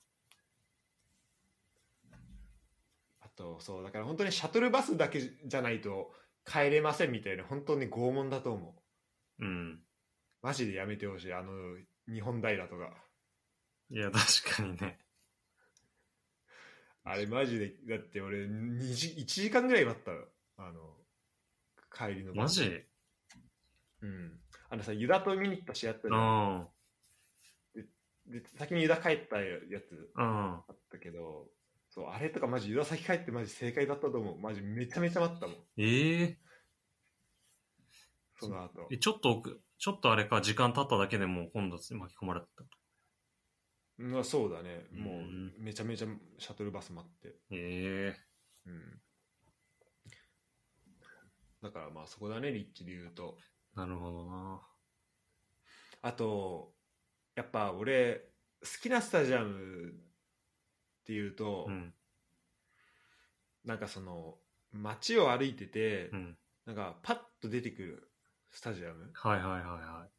[SPEAKER 1] あとそうだから本当にシャトルバスだけじゃないと帰れませんみたいな本当に拷問だと思う
[SPEAKER 2] うん。
[SPEAKER 1] マジでやめてほしいあの日本平とか
[SPEAKER 2] いや、確かにね。
[SPEAKER 1] あれマジでだって俺2時1時間ぐらい待ったのあの帰りのバ
[SPEAKER 2] マ
[SPEAKER 1] ス
[SPEAKER 2] ジ
[SPEAKER 1] うん、あのさ、ユダと見に行った試合あった
[SPEAKER 2] う
[SPEAKER 1] じゃん
[SPEAKER 2] ん。うん。
[SPEAKER 1] で先にユダ帰ったやつあったけど、そう、あれとかマジユダ先帰ってマジ正解だったと思う。マジめちゃめちゃ待ったもん、
[SPEAKER 2] ええ
[SPEAKER 1] その後
[SPEAKER 2] え、。ちょっと奥、ちょっとあれか、時間経っただけでもう今度巻き込まれてたと。
[SPEAKER 1] うん、そうだね。もう
[SPEAKER 2] うん
[SPEAKER 1] めちゃめちゃシャトルバス待って。
[SPEAKER 2] ええ
[SPEAKER 1] うん。だからまあそこだね、立地で言うと。
[SPEAKER 2] なるほどな。
[SPEAKER 1] あとやっぱ俺好きなスタジアムっていうと、
[SPEAKER 2] うん。
[SPEAKER 1] なんかその街を歩いてて、
[SPEAKER 2] うん。
[SPEAKER 1] なんかパッと出てくるスタジアム
[SPEAKER 2] はいはいはいはい。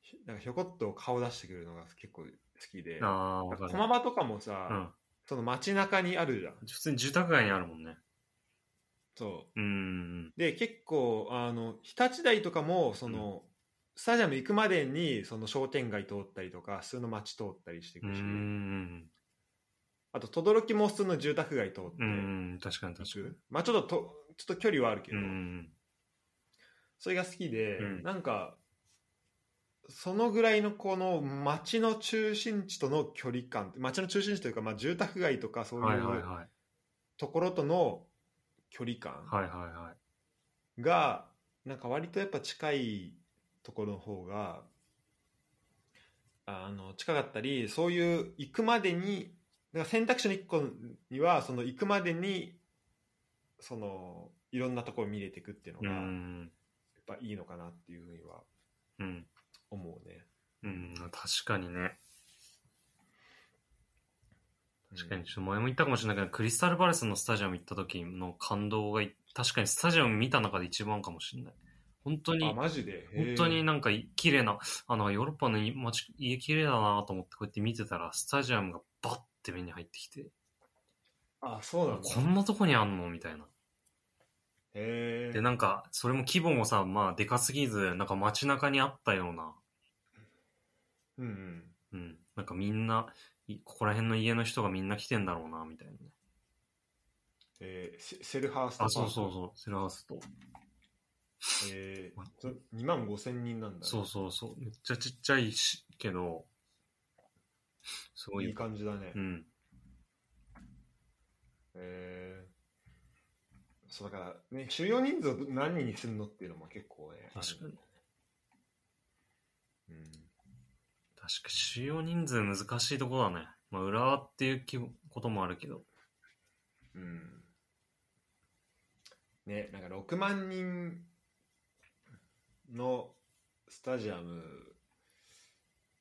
[SPEAKER 1] ひなんかひょこっと顔出してくるのが結構好きで
[SPEAKER 2] ああ、わかる。
[SPEAKER 1] 駒場とかも
[SPEAKER 2] う
[SPEAKER 1] さ、
[SPEAKER 2] ん。
[SPEAKER 1] その街中にあるじゃん
[SPEAKER 2] 普通に住宅街にあるもんね。
[SPEAKER 1] そう
[SPEAKER 2] ーん。
[SPEAKER 1] うで結構あの日立大とかもその、スタジアム行くまでにその商店街通ったりとか普通の街通ったりしていう
[SPEAKER 2] ー
[SPEAKER 1] くし、
[SPEAKER 2] ん。
[SPEAKER 1] あと轟も普通の住宅街通って
[SPEAKER 2] うーん。確かに
[SPEAKER 1] 行
[SPEAKER 2] 確
[SPEAKER 1] く、
[SPEAKER 2] かに。
[SPEAKER 1] まあちょっととちょっと距離はあるけ
[SPEAKER 2] う
[SPEAKER 1] ど、
[SPEAKER 2] ん。
[SPEAKER 1] それが好きで、
[SPEAKER 2] うん
[SPEAKER 1] なんかそのぐらいのこの街の中心地との距離感街の中心地というか、まあ、住宅街とかそう。
[SPEAKER 2] はいいはいはいう
[SPEAKER 1] ところとの距離感
[SPEAKER 2] はいはいは
[SPEAKER 1] がなんか割とやっぱ近いところの方があの近かったりそういう行くまでにだから選択肢の1個にはその行くまでにそのいろんなところを見れていくっていうの
[SPEAKER 2] い。う
[SPEAKER 1] がやっ
[SPEAKER 2] ん。
[SPEAKER 1] ぱいいのかなっていうふうには
[SPEAKER 2] うん。
[SPEAKER 1] 思うね。
[SPEAKER 2] うん。確かにね。確か
[SPEAKER 1] う
[SPEAKER 2] に、
[SPEAKER 1] ん
[SPEAKER 2] ちょっと前も言ったかもしれないけど、クリスタルバレスのスタジアム行った時の感動がい、確かにスタジアム見た中で一番かもしれない。本当
[SPEAKER 1] あ
[SPEAKER 2] に、
[SPEAKER 1] マジでへ
[SPEAKER 2] 本
[SPEAKER 1] ー
[SPEAKER 2] 当になんかい綺麗な、あの、ヨーロッパのい街、家綺麗だなと思ってこうやって見てたら、スタジアムがバッて目に入ってきて、
[SPEAKER 1] あそうなんだ
[SPEAKER 2] こんなとこにあんのみたいな。
[SPEAKER 1] へ
[SPEAKER 2] で、
[SPEAKER 1] え
[SPEAKER 2] なんか、それも規模もさ、まあ、でかすぎず、なんか街中にあったような、
[SPEAKER 1] うんうん
[SPEAKER 2] うん、なんかみんな、いここら辺の家の人がみんな来てんだろうな、みたいなね。
[SPEAKER 1] えーセセルハースト
[SPEAKER 2] あ、そうそう
[SPEAKER 1] う
[SPEAKER 2] そう、セルハウスと。
[SPEAKER 1] え2万5千人なんだ
[SPEAKER 2] そうそうそう、めっちゃちっちゃいし、けど、すごいよ
[SPEAKER 1] いい感じだね、
[SPEAKER 2] うん。
[SPEAKER 1] えーそうだから、ね、収容人数を何人にするのっていうのも結構ね、
[SPEAKER 2] 確かに。
[SPEAKER 1] に、
[SPEAKER 2] 確か主要人数難しいとこだね。まあ、浦和っていうきこともあるけど。
[SPEAKER 1] うんうんね、なんか6万人のスタジアム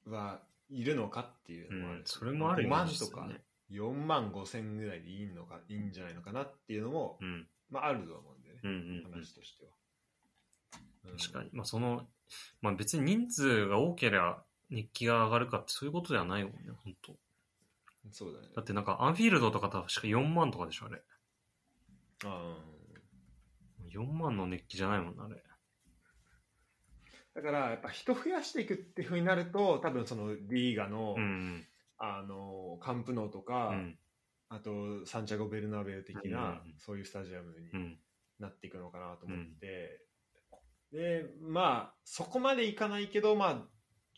[SPEAKER 1] はいるのかっていう
[SPEAKER 2] う
[SPEAKER 1] のもある、
[SPEAKER 2] ん、それもある
[SPEAKER 1] 5
[SPEAKER 2] よ
[SPEAKER 1] 万と
[SPEAKER 2] 実際
[SPEAKER 1] か
[SPEAKER 2] ね。
[SPEAKER 1] 4万5千ぐらいでいいのかいいんじゃないのかなっていうのも、
[SPEAKER 2] うん、
[SPEAKER 1] まあ、あると思うんでね、
[SPEAKER 2] うん、うんうん。
[SPEAKER 1] 話としては、うん
[SPEAKER 2] 確かに。まあ、その、まあ、別に人数が多ければ熱気が上がるかってそういうことではないもんね、本当
[SPEAKER 1] そうだね
[SPEAKER 2] だってなんか、アンフィールドとか確か4万とかでしょ、あれ。
[SPEAKER 1] あー
[SPEAKER 2] 4万の熱気じゃないもんな、あれ。
[SPEAKER 1] だからやっぱ人増やしていくっていうふうになると多分そのリーガの,、
[SPEAKER 2] うん、
[SPEAKER 1] あのカンプノーと
[SPEAKER 2] う
[SPEAKER 1] か、
[SPEAKER 2] ん、
[SPEAKER 1] あとサンチャゴ・ベルナベウ的な、
[SPEAKER 2] うん
[SPEAKER 1] そういうスタジアムに
[SPEAKER 2] うん、
[SPEAKER 1] なっていくのかなと思って、でまあそこまでいかないけどまあ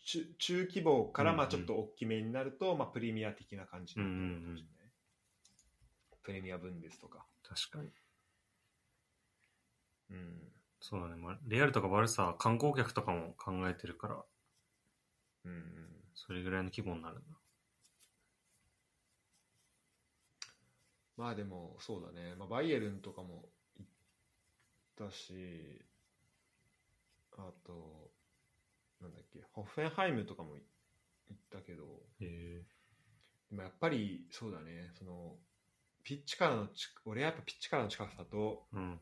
[SPEAKER 1] 中中規模からまあ
[SPEAKER 2] うんう
[SPEAKER 1] ち
[SPEAKER 2] ん
[SPEAKER 1] ょっと大きめになると、まあ、プレミア的な感じになるかもしれない、プレミア分ですとか、
[SPEAKER 2] 確かに。
[SPEAKER 1] うん
[SPEAKER 2] そうだね。まあ、レアルとかバルサは観光客とかも考えてるから、
[SPEAKER 1] うんうん、
[SPEAKER 2] それぐらいの規模になるな。
[SPEAKER 1] まあでもそうだね、まあ、バイエルンとかも行ったしあとなんだっけホッフェンハイムとかも行ったけど
[SPEAKER 2] へえ
[SPEAKER 1] でもやっぱりそうだねそのピッチからのち俺はやっぱピッチからの近さと
[SPEAKER 2] うん、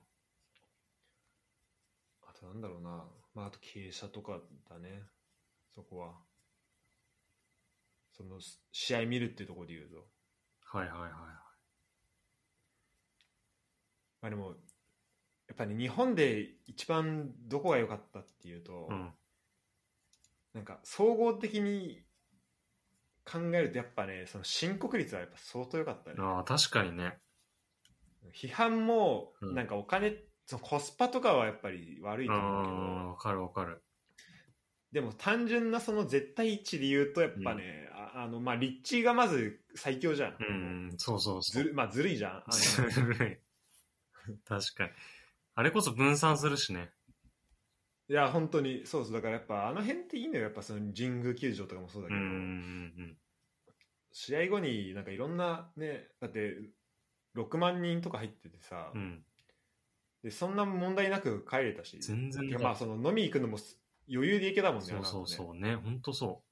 [SPEAKER 1] あとなんだろうな、まあ、あと傾斜とかだねそこはそのす試合見るっていうところで言うと
[SPEAKER 2] はいはいはいはい。
[SPEAKER 1] まあでもやっぱり日本で一番どこが良かったっていうと、
[SPEAKER 2] うん、
[SPEAKER 1] なんか総合的に考えるとやっぱねその申告率はやっぱ相当良かったね
[SPEAKER 2] ああ、確かにね。
[SPEAKER 1] 批判も
[SPEAKER 2] うん
[SPEAKER 1] なんかお金、そのコスパとかはやっぱり悪い
[SPEAKER 2] あ
[SPEAKER 1] と思うけど
[SPEAKER 2] あ、わかるわかる。
[SPEAKER 1] でも単純なその絶対一理言うとやっぱね、ああのまあ立地がまず最強じゃん、
[SPEAKER 2] うん、そうそうそ
[SPEAKER 1] ず
[SPEAKER 2] う。
[SPEAKER 1] るまあずるいじ
[SPEAKER 2] [LAUGHS]
[SPEAKER 1] ゃんあの
[SPEAKER 2] ずるい。 [LAUGHS] 確かに。あれこそ分散するしね。
[SPEAKER 1] いや本当にそうそうだからやっぱあの辺っていいのよやっぱその神宮球場とかもそうだ
[SPEAKER 2] う
[SPEAKER 1] け
[SPEAKER 2] ん
[SPEAKER 1] ど、
[SPEAKER 2] うんうん
[SPEAKER 1] 試合後になんかいろんなねだって6万人とか入っててさ、
[SPEAKER 2] うん。うん。
[SPEAKER 1] でそんな問題なく帰れたし
[SPEAKER 2] 全然
[SPEAKER 1] いやまあその飲み行くのもす余裕で行けたもんね。
[SPEAKER 2] そう
[SPEAKER 1] な
[SPEAKER 2] そう
[SPEAKER 1] んかね
[SPEAKER 2] そうね、ほんとそ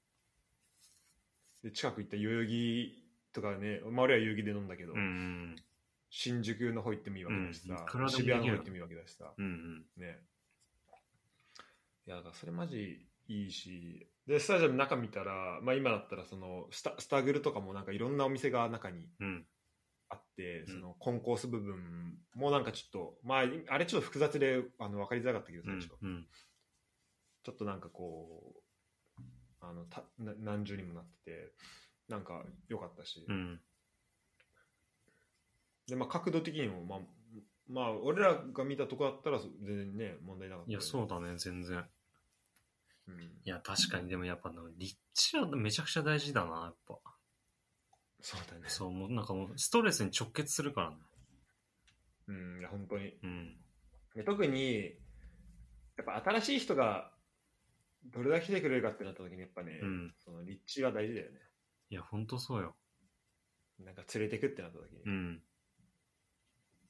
[SPEAKER 1] で近く行った代々木とかね、まあ、俺は代々木で飲んだけど、
[SPEAKER 2] う。うん
[SPEAKER 1] 新宿の方行ってもいいわけだしさ、
[SPEAKER 2] うんいくらでも
[SPEAKER 1] 渋谷の
[SPEAKER 2] でき
[SPEAKER 1] 方
[SPEAKER 2] る
[SPEAKER 1] 行ってもいいわけだしさ、
[SPEAKER 2] うん。うん
[SPEAKER 1] ね。いや、だからそれマジいいし、で、スタジアム中見たら、まあ今だったらそのスタ、スタグルとかもなんかいろんなお店が中に
[SPEAKER 2] うん。うん。
[SPEAKER 1] あって、
[SPEAKER 2] うん
[SPEAKER 1] そのコンコース部分もなんかちょっと、まああれちょっと複雑であの分かりづらかったけど、
[SPEAKER 2] う
[SPEAKER 1] 最
[SPEAKER 2] ん
[SPEAKER 1] 初、
[SPEAKER 2] うん。
[SPEAKER 1] ちょっとなんかこう、あのたな何重にもなってて、なんか良かったし、
[SPEAKER 2] うん。
[SPEAKER 1] でまあ、角度的にも、まあ、まあ、俺らが見たとこだったら全然ね、問題なかった
[SPEAKER 2] い
[SPEAKER 1] よ
[SPEAKER 2] や、
[SPEAKER 1] ね、
[SPEAKER 2] そうだね、全然。
[SPEAKER 1] うん、
[SPEAKER 2] いや、確かに、でもやっぱな、立地はめちゃくちゃ大事だな、やっぱ。
[SPEAKER 1] そうだね。
[SPEAKER 2] そう、もうなんかもう、ストレスに直結するからね。
[SPEAKER 1] うん、いや本当に。
[SPEAKER 2] うん。
[SPEAKER 1] で特にやっぱ新しい人がどれだけ来てくれるかってなった時にやっぱね、
[SPEAKER 2] うん。
[SPEAKER 1] その立地が大事だよね
[SPEAKER 2] いや、ほんとそうよ。
[SPEAKER 1] なんか連れてくってなった時に、
[SPEAKER 2] うん。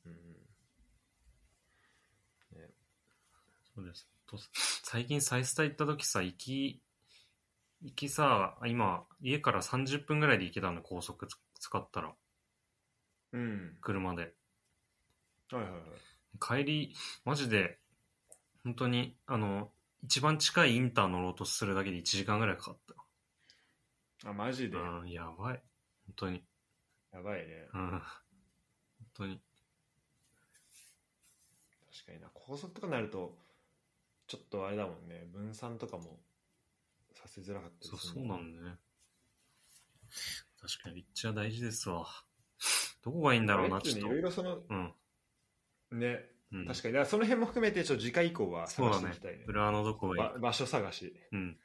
[SPEAKER 1] うん
[SPEAKER 2] そうです。と最近、サイスタ行った時さ、行き、行きさ、今、家から30分ぐらいで行けたの、高速つ使ったら、
[SPEAKER 1] うん、
[SPEAKER 2] 車で。
[SPEAKER 1] はいはいはい
[SPEAKER 2] 帰り、マジで、本当に、あの、一番近いインター乗ろうとするだけで1時間ぐらいかかっ
[SPEAKER 1] あマジで、
[SPEAKER 2] た。うん、やばい。本当に。
[SPEAKER 1] やばいね
[SPEAKER 2] うん。本当に。
[SPEAKER 1] 確かにな高速とかになるとちょっとあれだもんね分散とかもさせづらかった
[SPEAKER 2] そう、
[SPEAKER 1] りす
[SPEAKER 2] そ
[SPEAKER 1] る
[SPEAKER 2] う
[SPEAKER 1] も
[SPEAKER 2] なん
[SPEAKER 1] ね
[SPEAKER 2] んだね。確かに、立地は大事ですわ。どこがいいんだろうな、
[SPEAKER 1] あれって
[SPEAKER 2] ち
[SPEAKER 1] ね
[SPEAKER 2] ょ
[SPEAKER 1] い
[SPEAKER 2] っ
[SPEAKER 1] ろいろそ
[SPEAKER 2] と。
[SPEAKER 1] の
[SPEAKER 2] うん。
[SPEAKER 1] ね
[SPEAKER 2] うん、
[SPEAKER 1] 確かにだからその辺も含めてちょっと次回以降は
[SPEAKER 2] そう
[SPEAKER 1] 探
[SPEAKER 2] だ
[SPEAKER 1] してい
[SPEAKER 2] ね
[SPEAKER 1] きたいね。
[SPEAKER 2] 裏のどこがいい
[SPEAKER 1] ば場所探し
[SPEAKER 2] うん。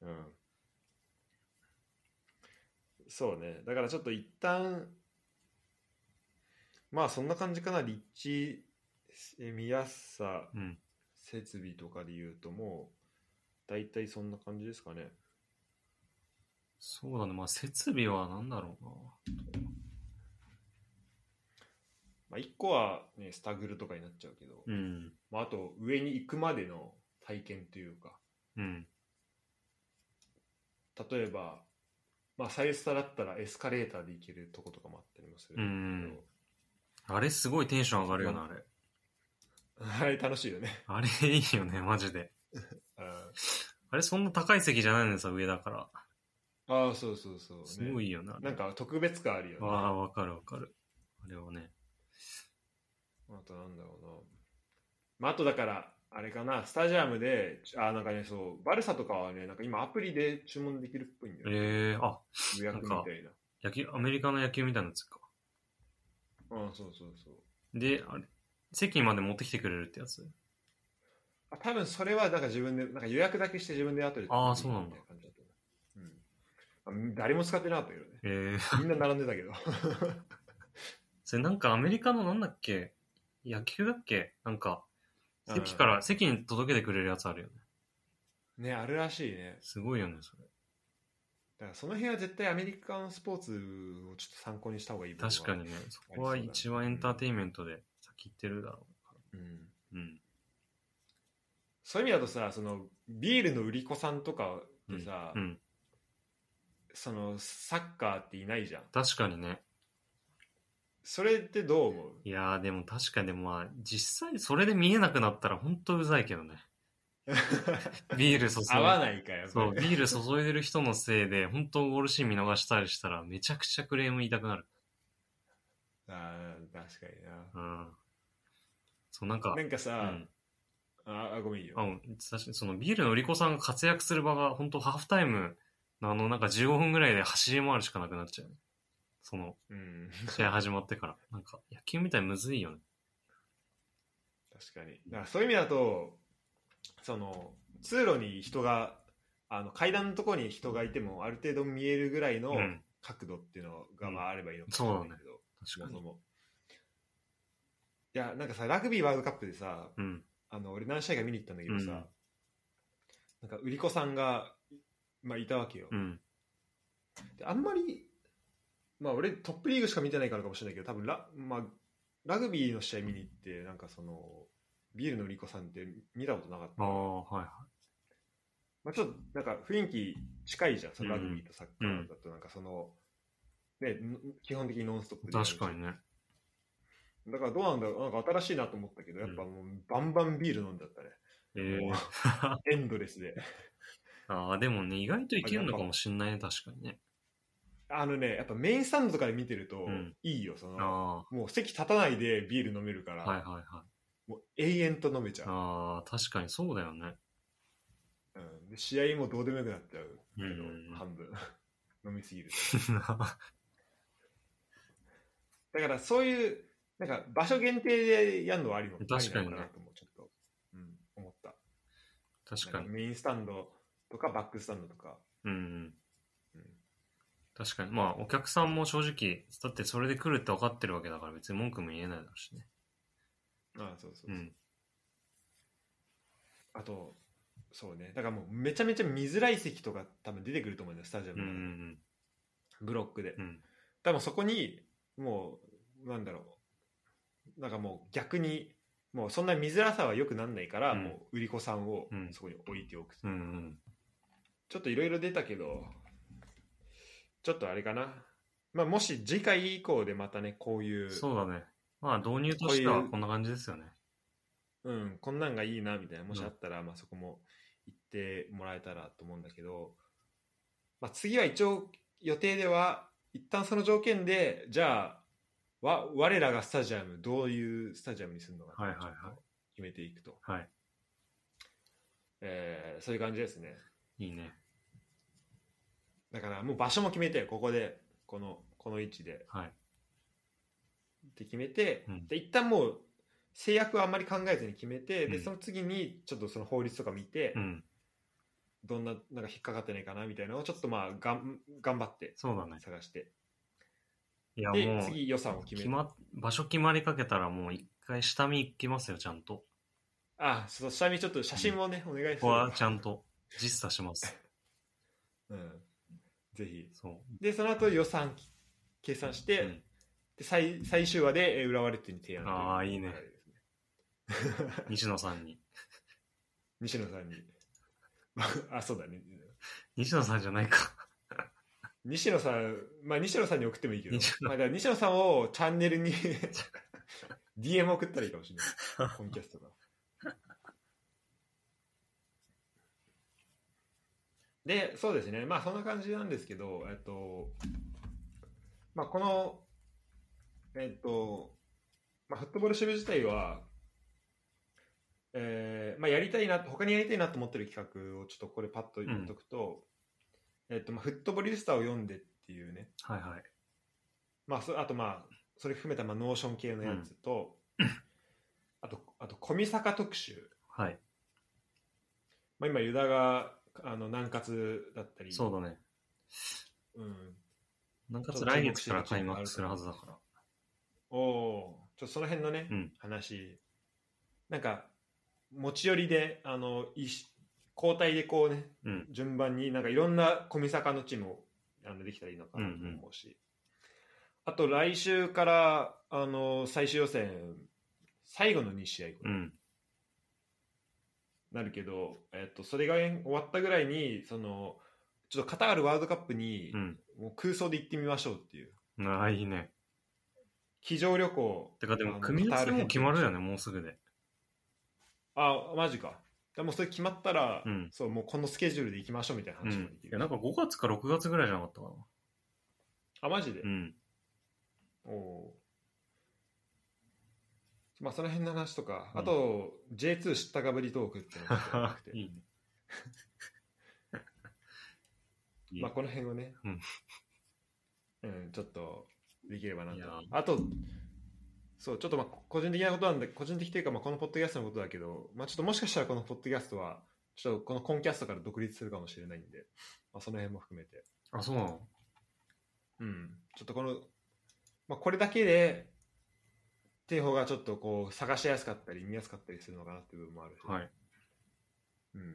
[SPEAKER 1] うんそうね。だからちょっと一旦、まあそんな感じかな。立地、え見やすさ、
[SPEAKER 2] うん。
[SPEAKER 1] 設備とかで言うともう、大体そんな感じですかね。
[SPEAKER 2] そうだね。まあ、設備は何だろうな。
[SPEAKER 1] まあ一個はね、スタグルとかになっちゃうけど、
[SPEAKER 2] うん。
[SPEAKER 1] まああと上に行くまでの体験というか、
[SPEAKER 2] うん。
[SPEAKER 1] 例えば、まあサイスタだったらエスカレーターで行けるとことかもあったりもするんだけど、
[SPEAKER 2] あれ、すごいテンション上がるよな、あれ。
[SPEAKER 1] あれ楽しいよね。 [LAUGHS]
[SPEAKER 2] あれ、いいよね、マジで。
[SPEAKER 1] うん
[SPEAKER 2] あれ、そんな高い席じゃないのにさ、上だから。
[SPEAKER 1] ああ、そうそうそう、ね。
[SPEAKER 2] すごいいいよな。
[SPEAKER 1] なんか特別感あるよね。
[SPEAKER 2] ああ、わかるわかる。あれはね。
[SPEAKER 1] あとなんだろうな。まあ、あとだから、あれかな、スタジアムで、あなんかね、そう、バルサとかはね、なんか今アプリで注文できるっぽいんだよね。
[SPEAKER 2] ええあ、
[SPEAKER 1] 予約みたいな。
[SPEAKER 2] 野球、アメリカの野球みたいなやつか。
[SPEAKER 1] うん、そうそうそう。
[SPEAKER 2] で、あれ、席まで持ってきてくれるってやつ。
[SPEAKER 1] あ多分それはなんか自分で、なんか予約だけして自分で後で。
[SPEAKER 2] あーそうなんだ
[SPEAKER 1] みたい感じだったねうん。あ誰も使ってなかった
[SPEAKER 2] [LAUGHS]
[SPEAKER 1] けどね。
[SPEAKER 2] ええ
[SPEAKER 1] みんな並んでたけど。 [LAUGHS]
[SPEAKER 2] それなんかアメリカのなんだっけ野球だっけなんか、席か
[SPEAKER 1] う
[SPEAKER 2] ら、席に届けてくれるやつあるよね。
[SPEAKER 1] ね、あるらしいね。
[SPEAKER 2] すごいよね、それ。
[SPEAKER 1] だからその辺は絶対アメリカのスポーツをちょっと参考にした方がいい部分は
[SPEAKER 2] 確かにね、そこは一番エンターテインメントで先行ってるだろ
[SPEAKER 1] うん。
[SPEAKER 2] う。うん。
[SPEAKER 1] そういう意味だとさそのビールの売り子さんとかってさ、
[SPEAKER 2] うん。
[SPEAKER 1] そのサッカーっていないじゃん
[SPEAKER 2] 確かにね。
[SPEAKER 1] それってどう
[SPEAKER 2] [LAUGHS]
[SPEAKER 1] 思う
[SPEAKER 2] いやー、でも確かに、まあ、実際それで見えなくなったら本当うざいけどね。ビール注い
[SPEAKER 1] 合わないかやっぱ
[SPEAKER 2] そう、
[SPEAKER 1] り
[SPEAKER 2] ビール注いでる人のせいで、本当ゴールシーン見逃したりしたら、めちゃくちゃクレーム言いたくなる。
[SPEAKER 1] あー確かにな
[SPEAKER 2] うん。そう、なんか、
[SPEAKER 1] なんか
[SPEAKER 2] う
[SPEAKER 1] さ、
[SPEAKER 2] ん。
[SPEAKER 1] ああごめんいいよ
[SPEAKER 2] あ確かにそのビールの売り子さんが活躍する場が本当ハーフタイムのあのなんか15分ぐらいで走り回るしかなくなっちゃうねその
[SPEAKER 1] うん
[SPEAKER 2] 試合始まってからなんか野球みたいにむずいよね
[SPEAKER 1] 確かにだからそういう意味だとその通路に人があの階段のところに人がいてもある程度見えるぐらいの
[SPEAKER 2] うん
[SPEAKER 1] 角度っていうのがまああればいいのか
[SPEAKER 2] そう
[SPEAKER 1] しれ
[SPEAKER 2] だね
[SPEAKER 1] ないけど、
[SPEAKER 2] 確か
[SPEAKER 1] そもそ
[SPEAKER 2] に
[SPEAKER 1] もいやなんかさラグビーワールドカップでさ
[SPEAKER 2] うん
[SPEAKER 1] あの俺何試合か見に行ったんだけどさ、
[SPEAKER 2] う
[SPEAKER 1] な
[SPEAKER 2] ん
[SPEAKER 1] んか売り子さんが、まあ、いたわけよ、
[SPEAKER 2] うん
[SPEAKER 1] であんまり、まあ、俺トップリーグしか見てないからかもしれないけど多分ラ,、まあ、ラグビーの試合見に行ってなんかそのビールの売り子さんって見たことなかっ
[SPEAKER 2] あ
[SPEAKER 1] た
[SPEAKER 2] あはいは
[SPEAKER 1] まあ、ちょっとなんか雰囲気近いじゃん、そのラグビーとサッカーだと、なんかその、ね、ん基本的にノンストップでやるじゃ
[SPEAKER 2] 確
[SPEAKER 1] ん
[SPEAKER 2] かにね。
[SPEAKER 1] だからどうなんだろう、なんか新しいなと思ったけど、やっぱもうバンバンビール飲んだったね。
[SPEAKER 2] えー
[SPEAKER 1] もう [LAUGHS] エンドレスで。
[SPEAKER 2] ああ、でもね、意外といけるのかもしんないね、確かにね。
[SPEAKER 1] あのね、やっぱメインスタンドとかで見てると
[SPEAKER 2] うん
[SPEAKER 1] いいよ、その、
[SPEAKER 2] あ
[SPEAKER 1] もう席立たないでビール飲めるか
[SPEAKER 2] あ、
[SPEAKER 1] ら、
[SPEAKER 2] はいはいはい。
[SPEAKER 1] もう永遠と飲めちゃう、
[SPEAKER 2] ああ、確かにそうだよね。 [LAUGHS]
[SPEAKER 1] うんで。試合もどうでもよくなっちゃうけど、
[SPEAKER 2] うん
[SPEAKER 1] 半分。 [LAUGHS] 飲みすぎると。
[SPEAKER 2] あ
[SPEAKER 1] だからそういう、なんか場所限定でやるのはありの
[SPEAKER 2] 確かにね
[SPEAKER 1] ありなのかなともちょっと、うん、思った。
[SPEAKER 2] 確か
[SPEAKER 1] なん
[SPEAKER 2] に。
[SPEAKER 1] メインスタンドとかバックスタンドとか。
[SPEAKER 2] うん。
[SPEAKER 1] うん
[SPEAKER 2] 確かに。まあ、お客さんも正直、だってそれで来るって分かってるわけだから別に文句も言えないだろうしね。
[SPEAKER 1] あそうそうそうう、
[SPEAKER 2] ん。
[SPEAKER 1] あと、そうね。だからもうめちゃめちゃ見づらい席とか多分出てくると思うんだよ、スタジア
[SPEAKER 2] う
[SPEAKER 1] ム
[SPEAKER 2] ん
[SPEAKER 1] の中で、
[SPEAKER 2] うん
[SPEAKER 1] ブロックで。
[SPEAKER 2] うん。うん。
[SPEAKER 1] 多分そこに、もう、なんだろう。なんかもう逆に、もうそんな見づらさは良くなんないから、
[SPEAKER 2] うん
[SPEAKER 1] もう売り子さんを
[SPEAKER 2] うん
[SPEAKER 1] そこに置いておく。
[SPEAKER 2] うんうん。
[SPEAKER 1] ちょっといろいろ出たけど、ちょっとあれかな。まあ、もし次回以降でまたね、こういう、
[SPEAKER 2] そうだね。まあ、導入としてはこんな感じですよね。
[SPEAKER 1] うん、こんなんがいいなみたいな、もしあったら、まあ、そこも言ってもらえたらと思うんだけど、まあ、次は一応予定では、一旦その条件で、じゃあ、わ我らがスタジアム、どういうスタジアムにするのか、
[SPEAKER 2] はいはいはい
[SPEAKER 1] ちょっと決めていくと、
[SPEAKER 2] はい。
[SPEAKER 1] えーそういう感じですね。
[SPEAKER 2] いいね。
[SPEAKER 1] だからもう場所も決めて、ここで、この、この位置で。
[SPEAKER 2] はい。
[SPEAKER 1] って決めて、
[SPEAKER 2] うん
[SPEAKER 1] で一旦もう制約はあんまり考えずに決めて、
[SPEAKER 2] う
[SPEAKER 1] で
[SPEAKER 2] ん
[SPEAKER 1] その次にちょっとその法律とか見て、
[SPEAKER 2] うん。
[SPEAKER 1] どんななんか引っかかってないかなみたいなのをちょっとまあがん頑張って
[SPEAKER 2] そうだね。
[SPEAKER 1] 探して、
[SPEAKER 2] いや、
[SPEAKER 1] で
[SPEAKER 2] もう、
[SPEAKER 1] 次予算を決め
[SPEAKER 2] 決
[SPEAKER 1] る
[SPEAKER 2] まっ、場所決まりかけたらもう一回下見行きますよ、ちゃんと。
[SPEAKER 1] あそう下見ちょっと写真もね、お願い
[SPEAKER 2] こ
[SPEAKER 1] す
[SPEAKER 2] こ
[SPEAKER 1] る
[SPEAKER 2] はちゃんと実査します。
[SPEAKER 1] うん、ぜひ
[SPEAKER 2] そ
[SPEAKER 1] でその後予算き計算して、
[SPEAKER 2] う。うん。
[SPEAKER 1] で最最終話でえー浦和レッズに提案とう
[SPEAKER 2] あーいい
[SPEAKER 1] 流
[SPEAKER 2] ね
[SPEAKER 1] れですね
[SPEAKER 2] 西野さんに。
[SPEAKER 1] 西野さんに [LAUGHS] あそうだね
[SPEAKER 2] 西野さんじゃないか。 [LAUGHS]
[SPEAKER 1] 西野さん、まあ、西野さんに送ってもいいけど
[SPEAKER 2] 西、野
[SPEAKER 1] まあ、だから西野さんをチャンネルに [LAUGHS] DM 送ったらいいかもしれない。コンキャストが。で、そうですね。まあ、そんな感じなんですけど、えっと、まあ、この、えっと、まあ、フットボール支部自体は、えーまあ、やりたいな、他にやりたいなと思ってる企画をちょっとこれパッと言っとくと、えっと、まあ、フットボリスタを読んでっていうね、
[SPEAKER 2] はいはい。
[SPEAKER 1] まあ、そあとまあ、それ含めたまあノーション系のやつと、あと、あと、小見坂特集。
[SPEAKER 2] はい。
[SPEAKER 1] まあ、今、ユダが、あの、南葛だったり、
[SPEAKER 2] そうだね。
[SPEAKER 1] うん。
[SPEAKER 2] なんかつ来月から開幕するはずだから。
[SPEAKER 1] おおーちょっとその辺のね、
[SPEAKER 2] うん
[SPEAKER 1] 話、なんか、持ち寄りで、あの、いし交代でこうね、
[SPEAKER 2] うん。
[SPEAKER 1] 順番になんかいろんな小見坂のチームをあのできたらいいのかなと思うし、あと来週からあの最終予選最後の2試合
[SPEAKER 2] うん。
[SPEAKER 1] なるけど、えっと、それが終わったぐらいにそのちょっとカタールワールドカップに
[SPEAKER 2] うん。
[SPEAKER 1] もう空想で行ってみましょうっていう
[SPEAKER 2] ああ、いいね。
[SPEAKER 1] 机上旅行
[SPEAKER 2] てかで
[SPEAKER 1] あ
[SPEAKER 2] も、
[SPEAKER 1] の
[SPEAKER 2] 組み合わせも決まる
[SPEAKER 1] カタール編
[SPEAKER 2] よね、もうすぐで。
[SPEAKER 1] あマジかでもそれ決まったら、
[SPEAKER 2] うん
[SPEAKER 1] そうもうこのスケジュールで行きましょうみたいな
[SPEAKER 2] うん。
[SPEAKER 1] 話もでき
[SPEAKER 2] いや、
[SPEAKER 1] る、
[SPEAKER 2] なんか5月か6月ぐらいじゃなかったかな。
[SPEAKER 1] あマジで、
[SPEAKER 2] うん。
[SPEAKER 1] おおーまあその辺の話とか、
[SPEAKER 2] うん
[SPEAKER 1] あと J2 知ったかぶりトークっていうのがあって
[SPEAKER 2] [LAUGHS] いいね。い
[SPEAKER 1] [LAUGHS]
[SPEAKER 2] い
[SPEAKER 1] まあこの辺をね、
[SPEAKER 2] うん
[SPEAKER 1] うんちょっとできればないと
[SPEAKER 2] やー
[SPEAKER 1] あとそうちょっとまあ個人的なことなんだ個人的というかまあこのポッドキャストのことだけど、まあ、ちょっともしかしたらこのポッドキャストはちょっとこのコンキャストから独立するかもしれないんで、まあ、その辺も含めて
[SPEAKER 2] あ、そうなの
[SPEAKER 1] うん、ちょっとこの、まあ、これだけでっていう方がちょっとこう探しやすかったり見やすかったりするのかなっていう部分もあるし、
[SPEAKER 2] はい。
[SPEAKER 1] うん、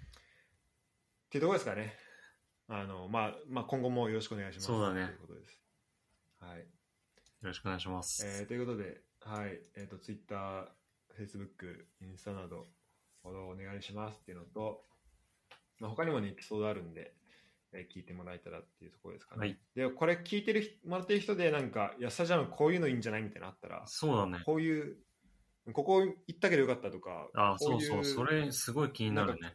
[SPEAKER 1] っていうところですかねあの、まあ、まあ今後もよろしくお願いします
[SPEAKER 2] そうだね
[SPEAKER 1] ということです、はい
[SPEAKER 2] よろしくお願いします。
[SPEAKER 1] えーということで、はいえー、と Twitter、Facebook、インスタなどフォローお願いしますっていうのとまあ、他にもね、エピソードあるんで、えー聞いてもらえたらっていうところですかね。
[SPEAKER 2] はい
[SPEAKER 1] で、これ聞いてる人もらってる人で、なんか、安田じゃん、こういうのいいんじゃないみたいなのあったら、
[SPEAKER 2] そうだね。
[SPEAKER 1] こういう、ここ行ったけどよかったとか、
[SPEAKER 2] あ
[SPEAKER 1] こ
[SPEAKER 2] そう
[SPEAKER 1] いう
[SPEAKER 2] そう、それすごい気になるね。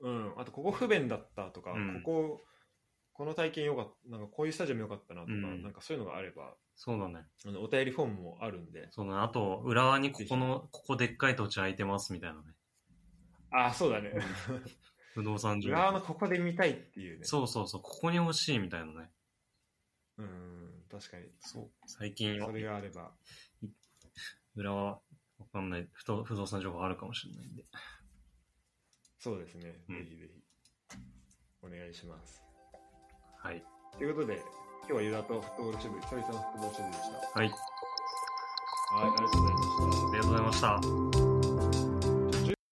[SPEAKER 1] うん、あとここ不便だったとか、
[SPEAKER 2] うん
[SPEAKER 1] こここの体験よかったなんかこういうスタジアムよかったなとか、
[SPEAKER 2] うん
[SPEAKER 1] なんかそういうのがあれば
[SPEAKER 2] そうだね。
[SPEAKER 1] あのお便りフォームもあるんで
[SPEAKER 2] そうだね。あと、浦和にここの、ここでっかい土地空いてますみたいなね。
[SPEAKER 1] ああそう [LAUGHS] だね
[SPEAKER 2] 不動産上。
[SPEAKER 1] 浦和のここで見たいっていうね
[SPEAKER 2] そうそうそう、ここに欲しいみたいなね。
[SPEAKER 1] うん確かに
[SPEAKER 2] そう。最近は
[SPEAKER 1] それがあれば
[SPEAKER 2] 浦和、わかんない不動、不動産情報あるかもしれないんで。
[SPEAKER 1] そうですね、
[SPEAKER 2] う
[SPEAKER 1] ぜ
[SPEAKER 2] ん
[SPEAKER 1] ひぜひお願いします
[SPEAKER 2] はい。
[SPEAKER 1] ということで今日はユダとフットボール支部久々のフットボール支部でし
[SPEAKER 2] はい。
[SPEAKER 1] たはいありがとうございました
[SPEAKER 2] ありがとうございました。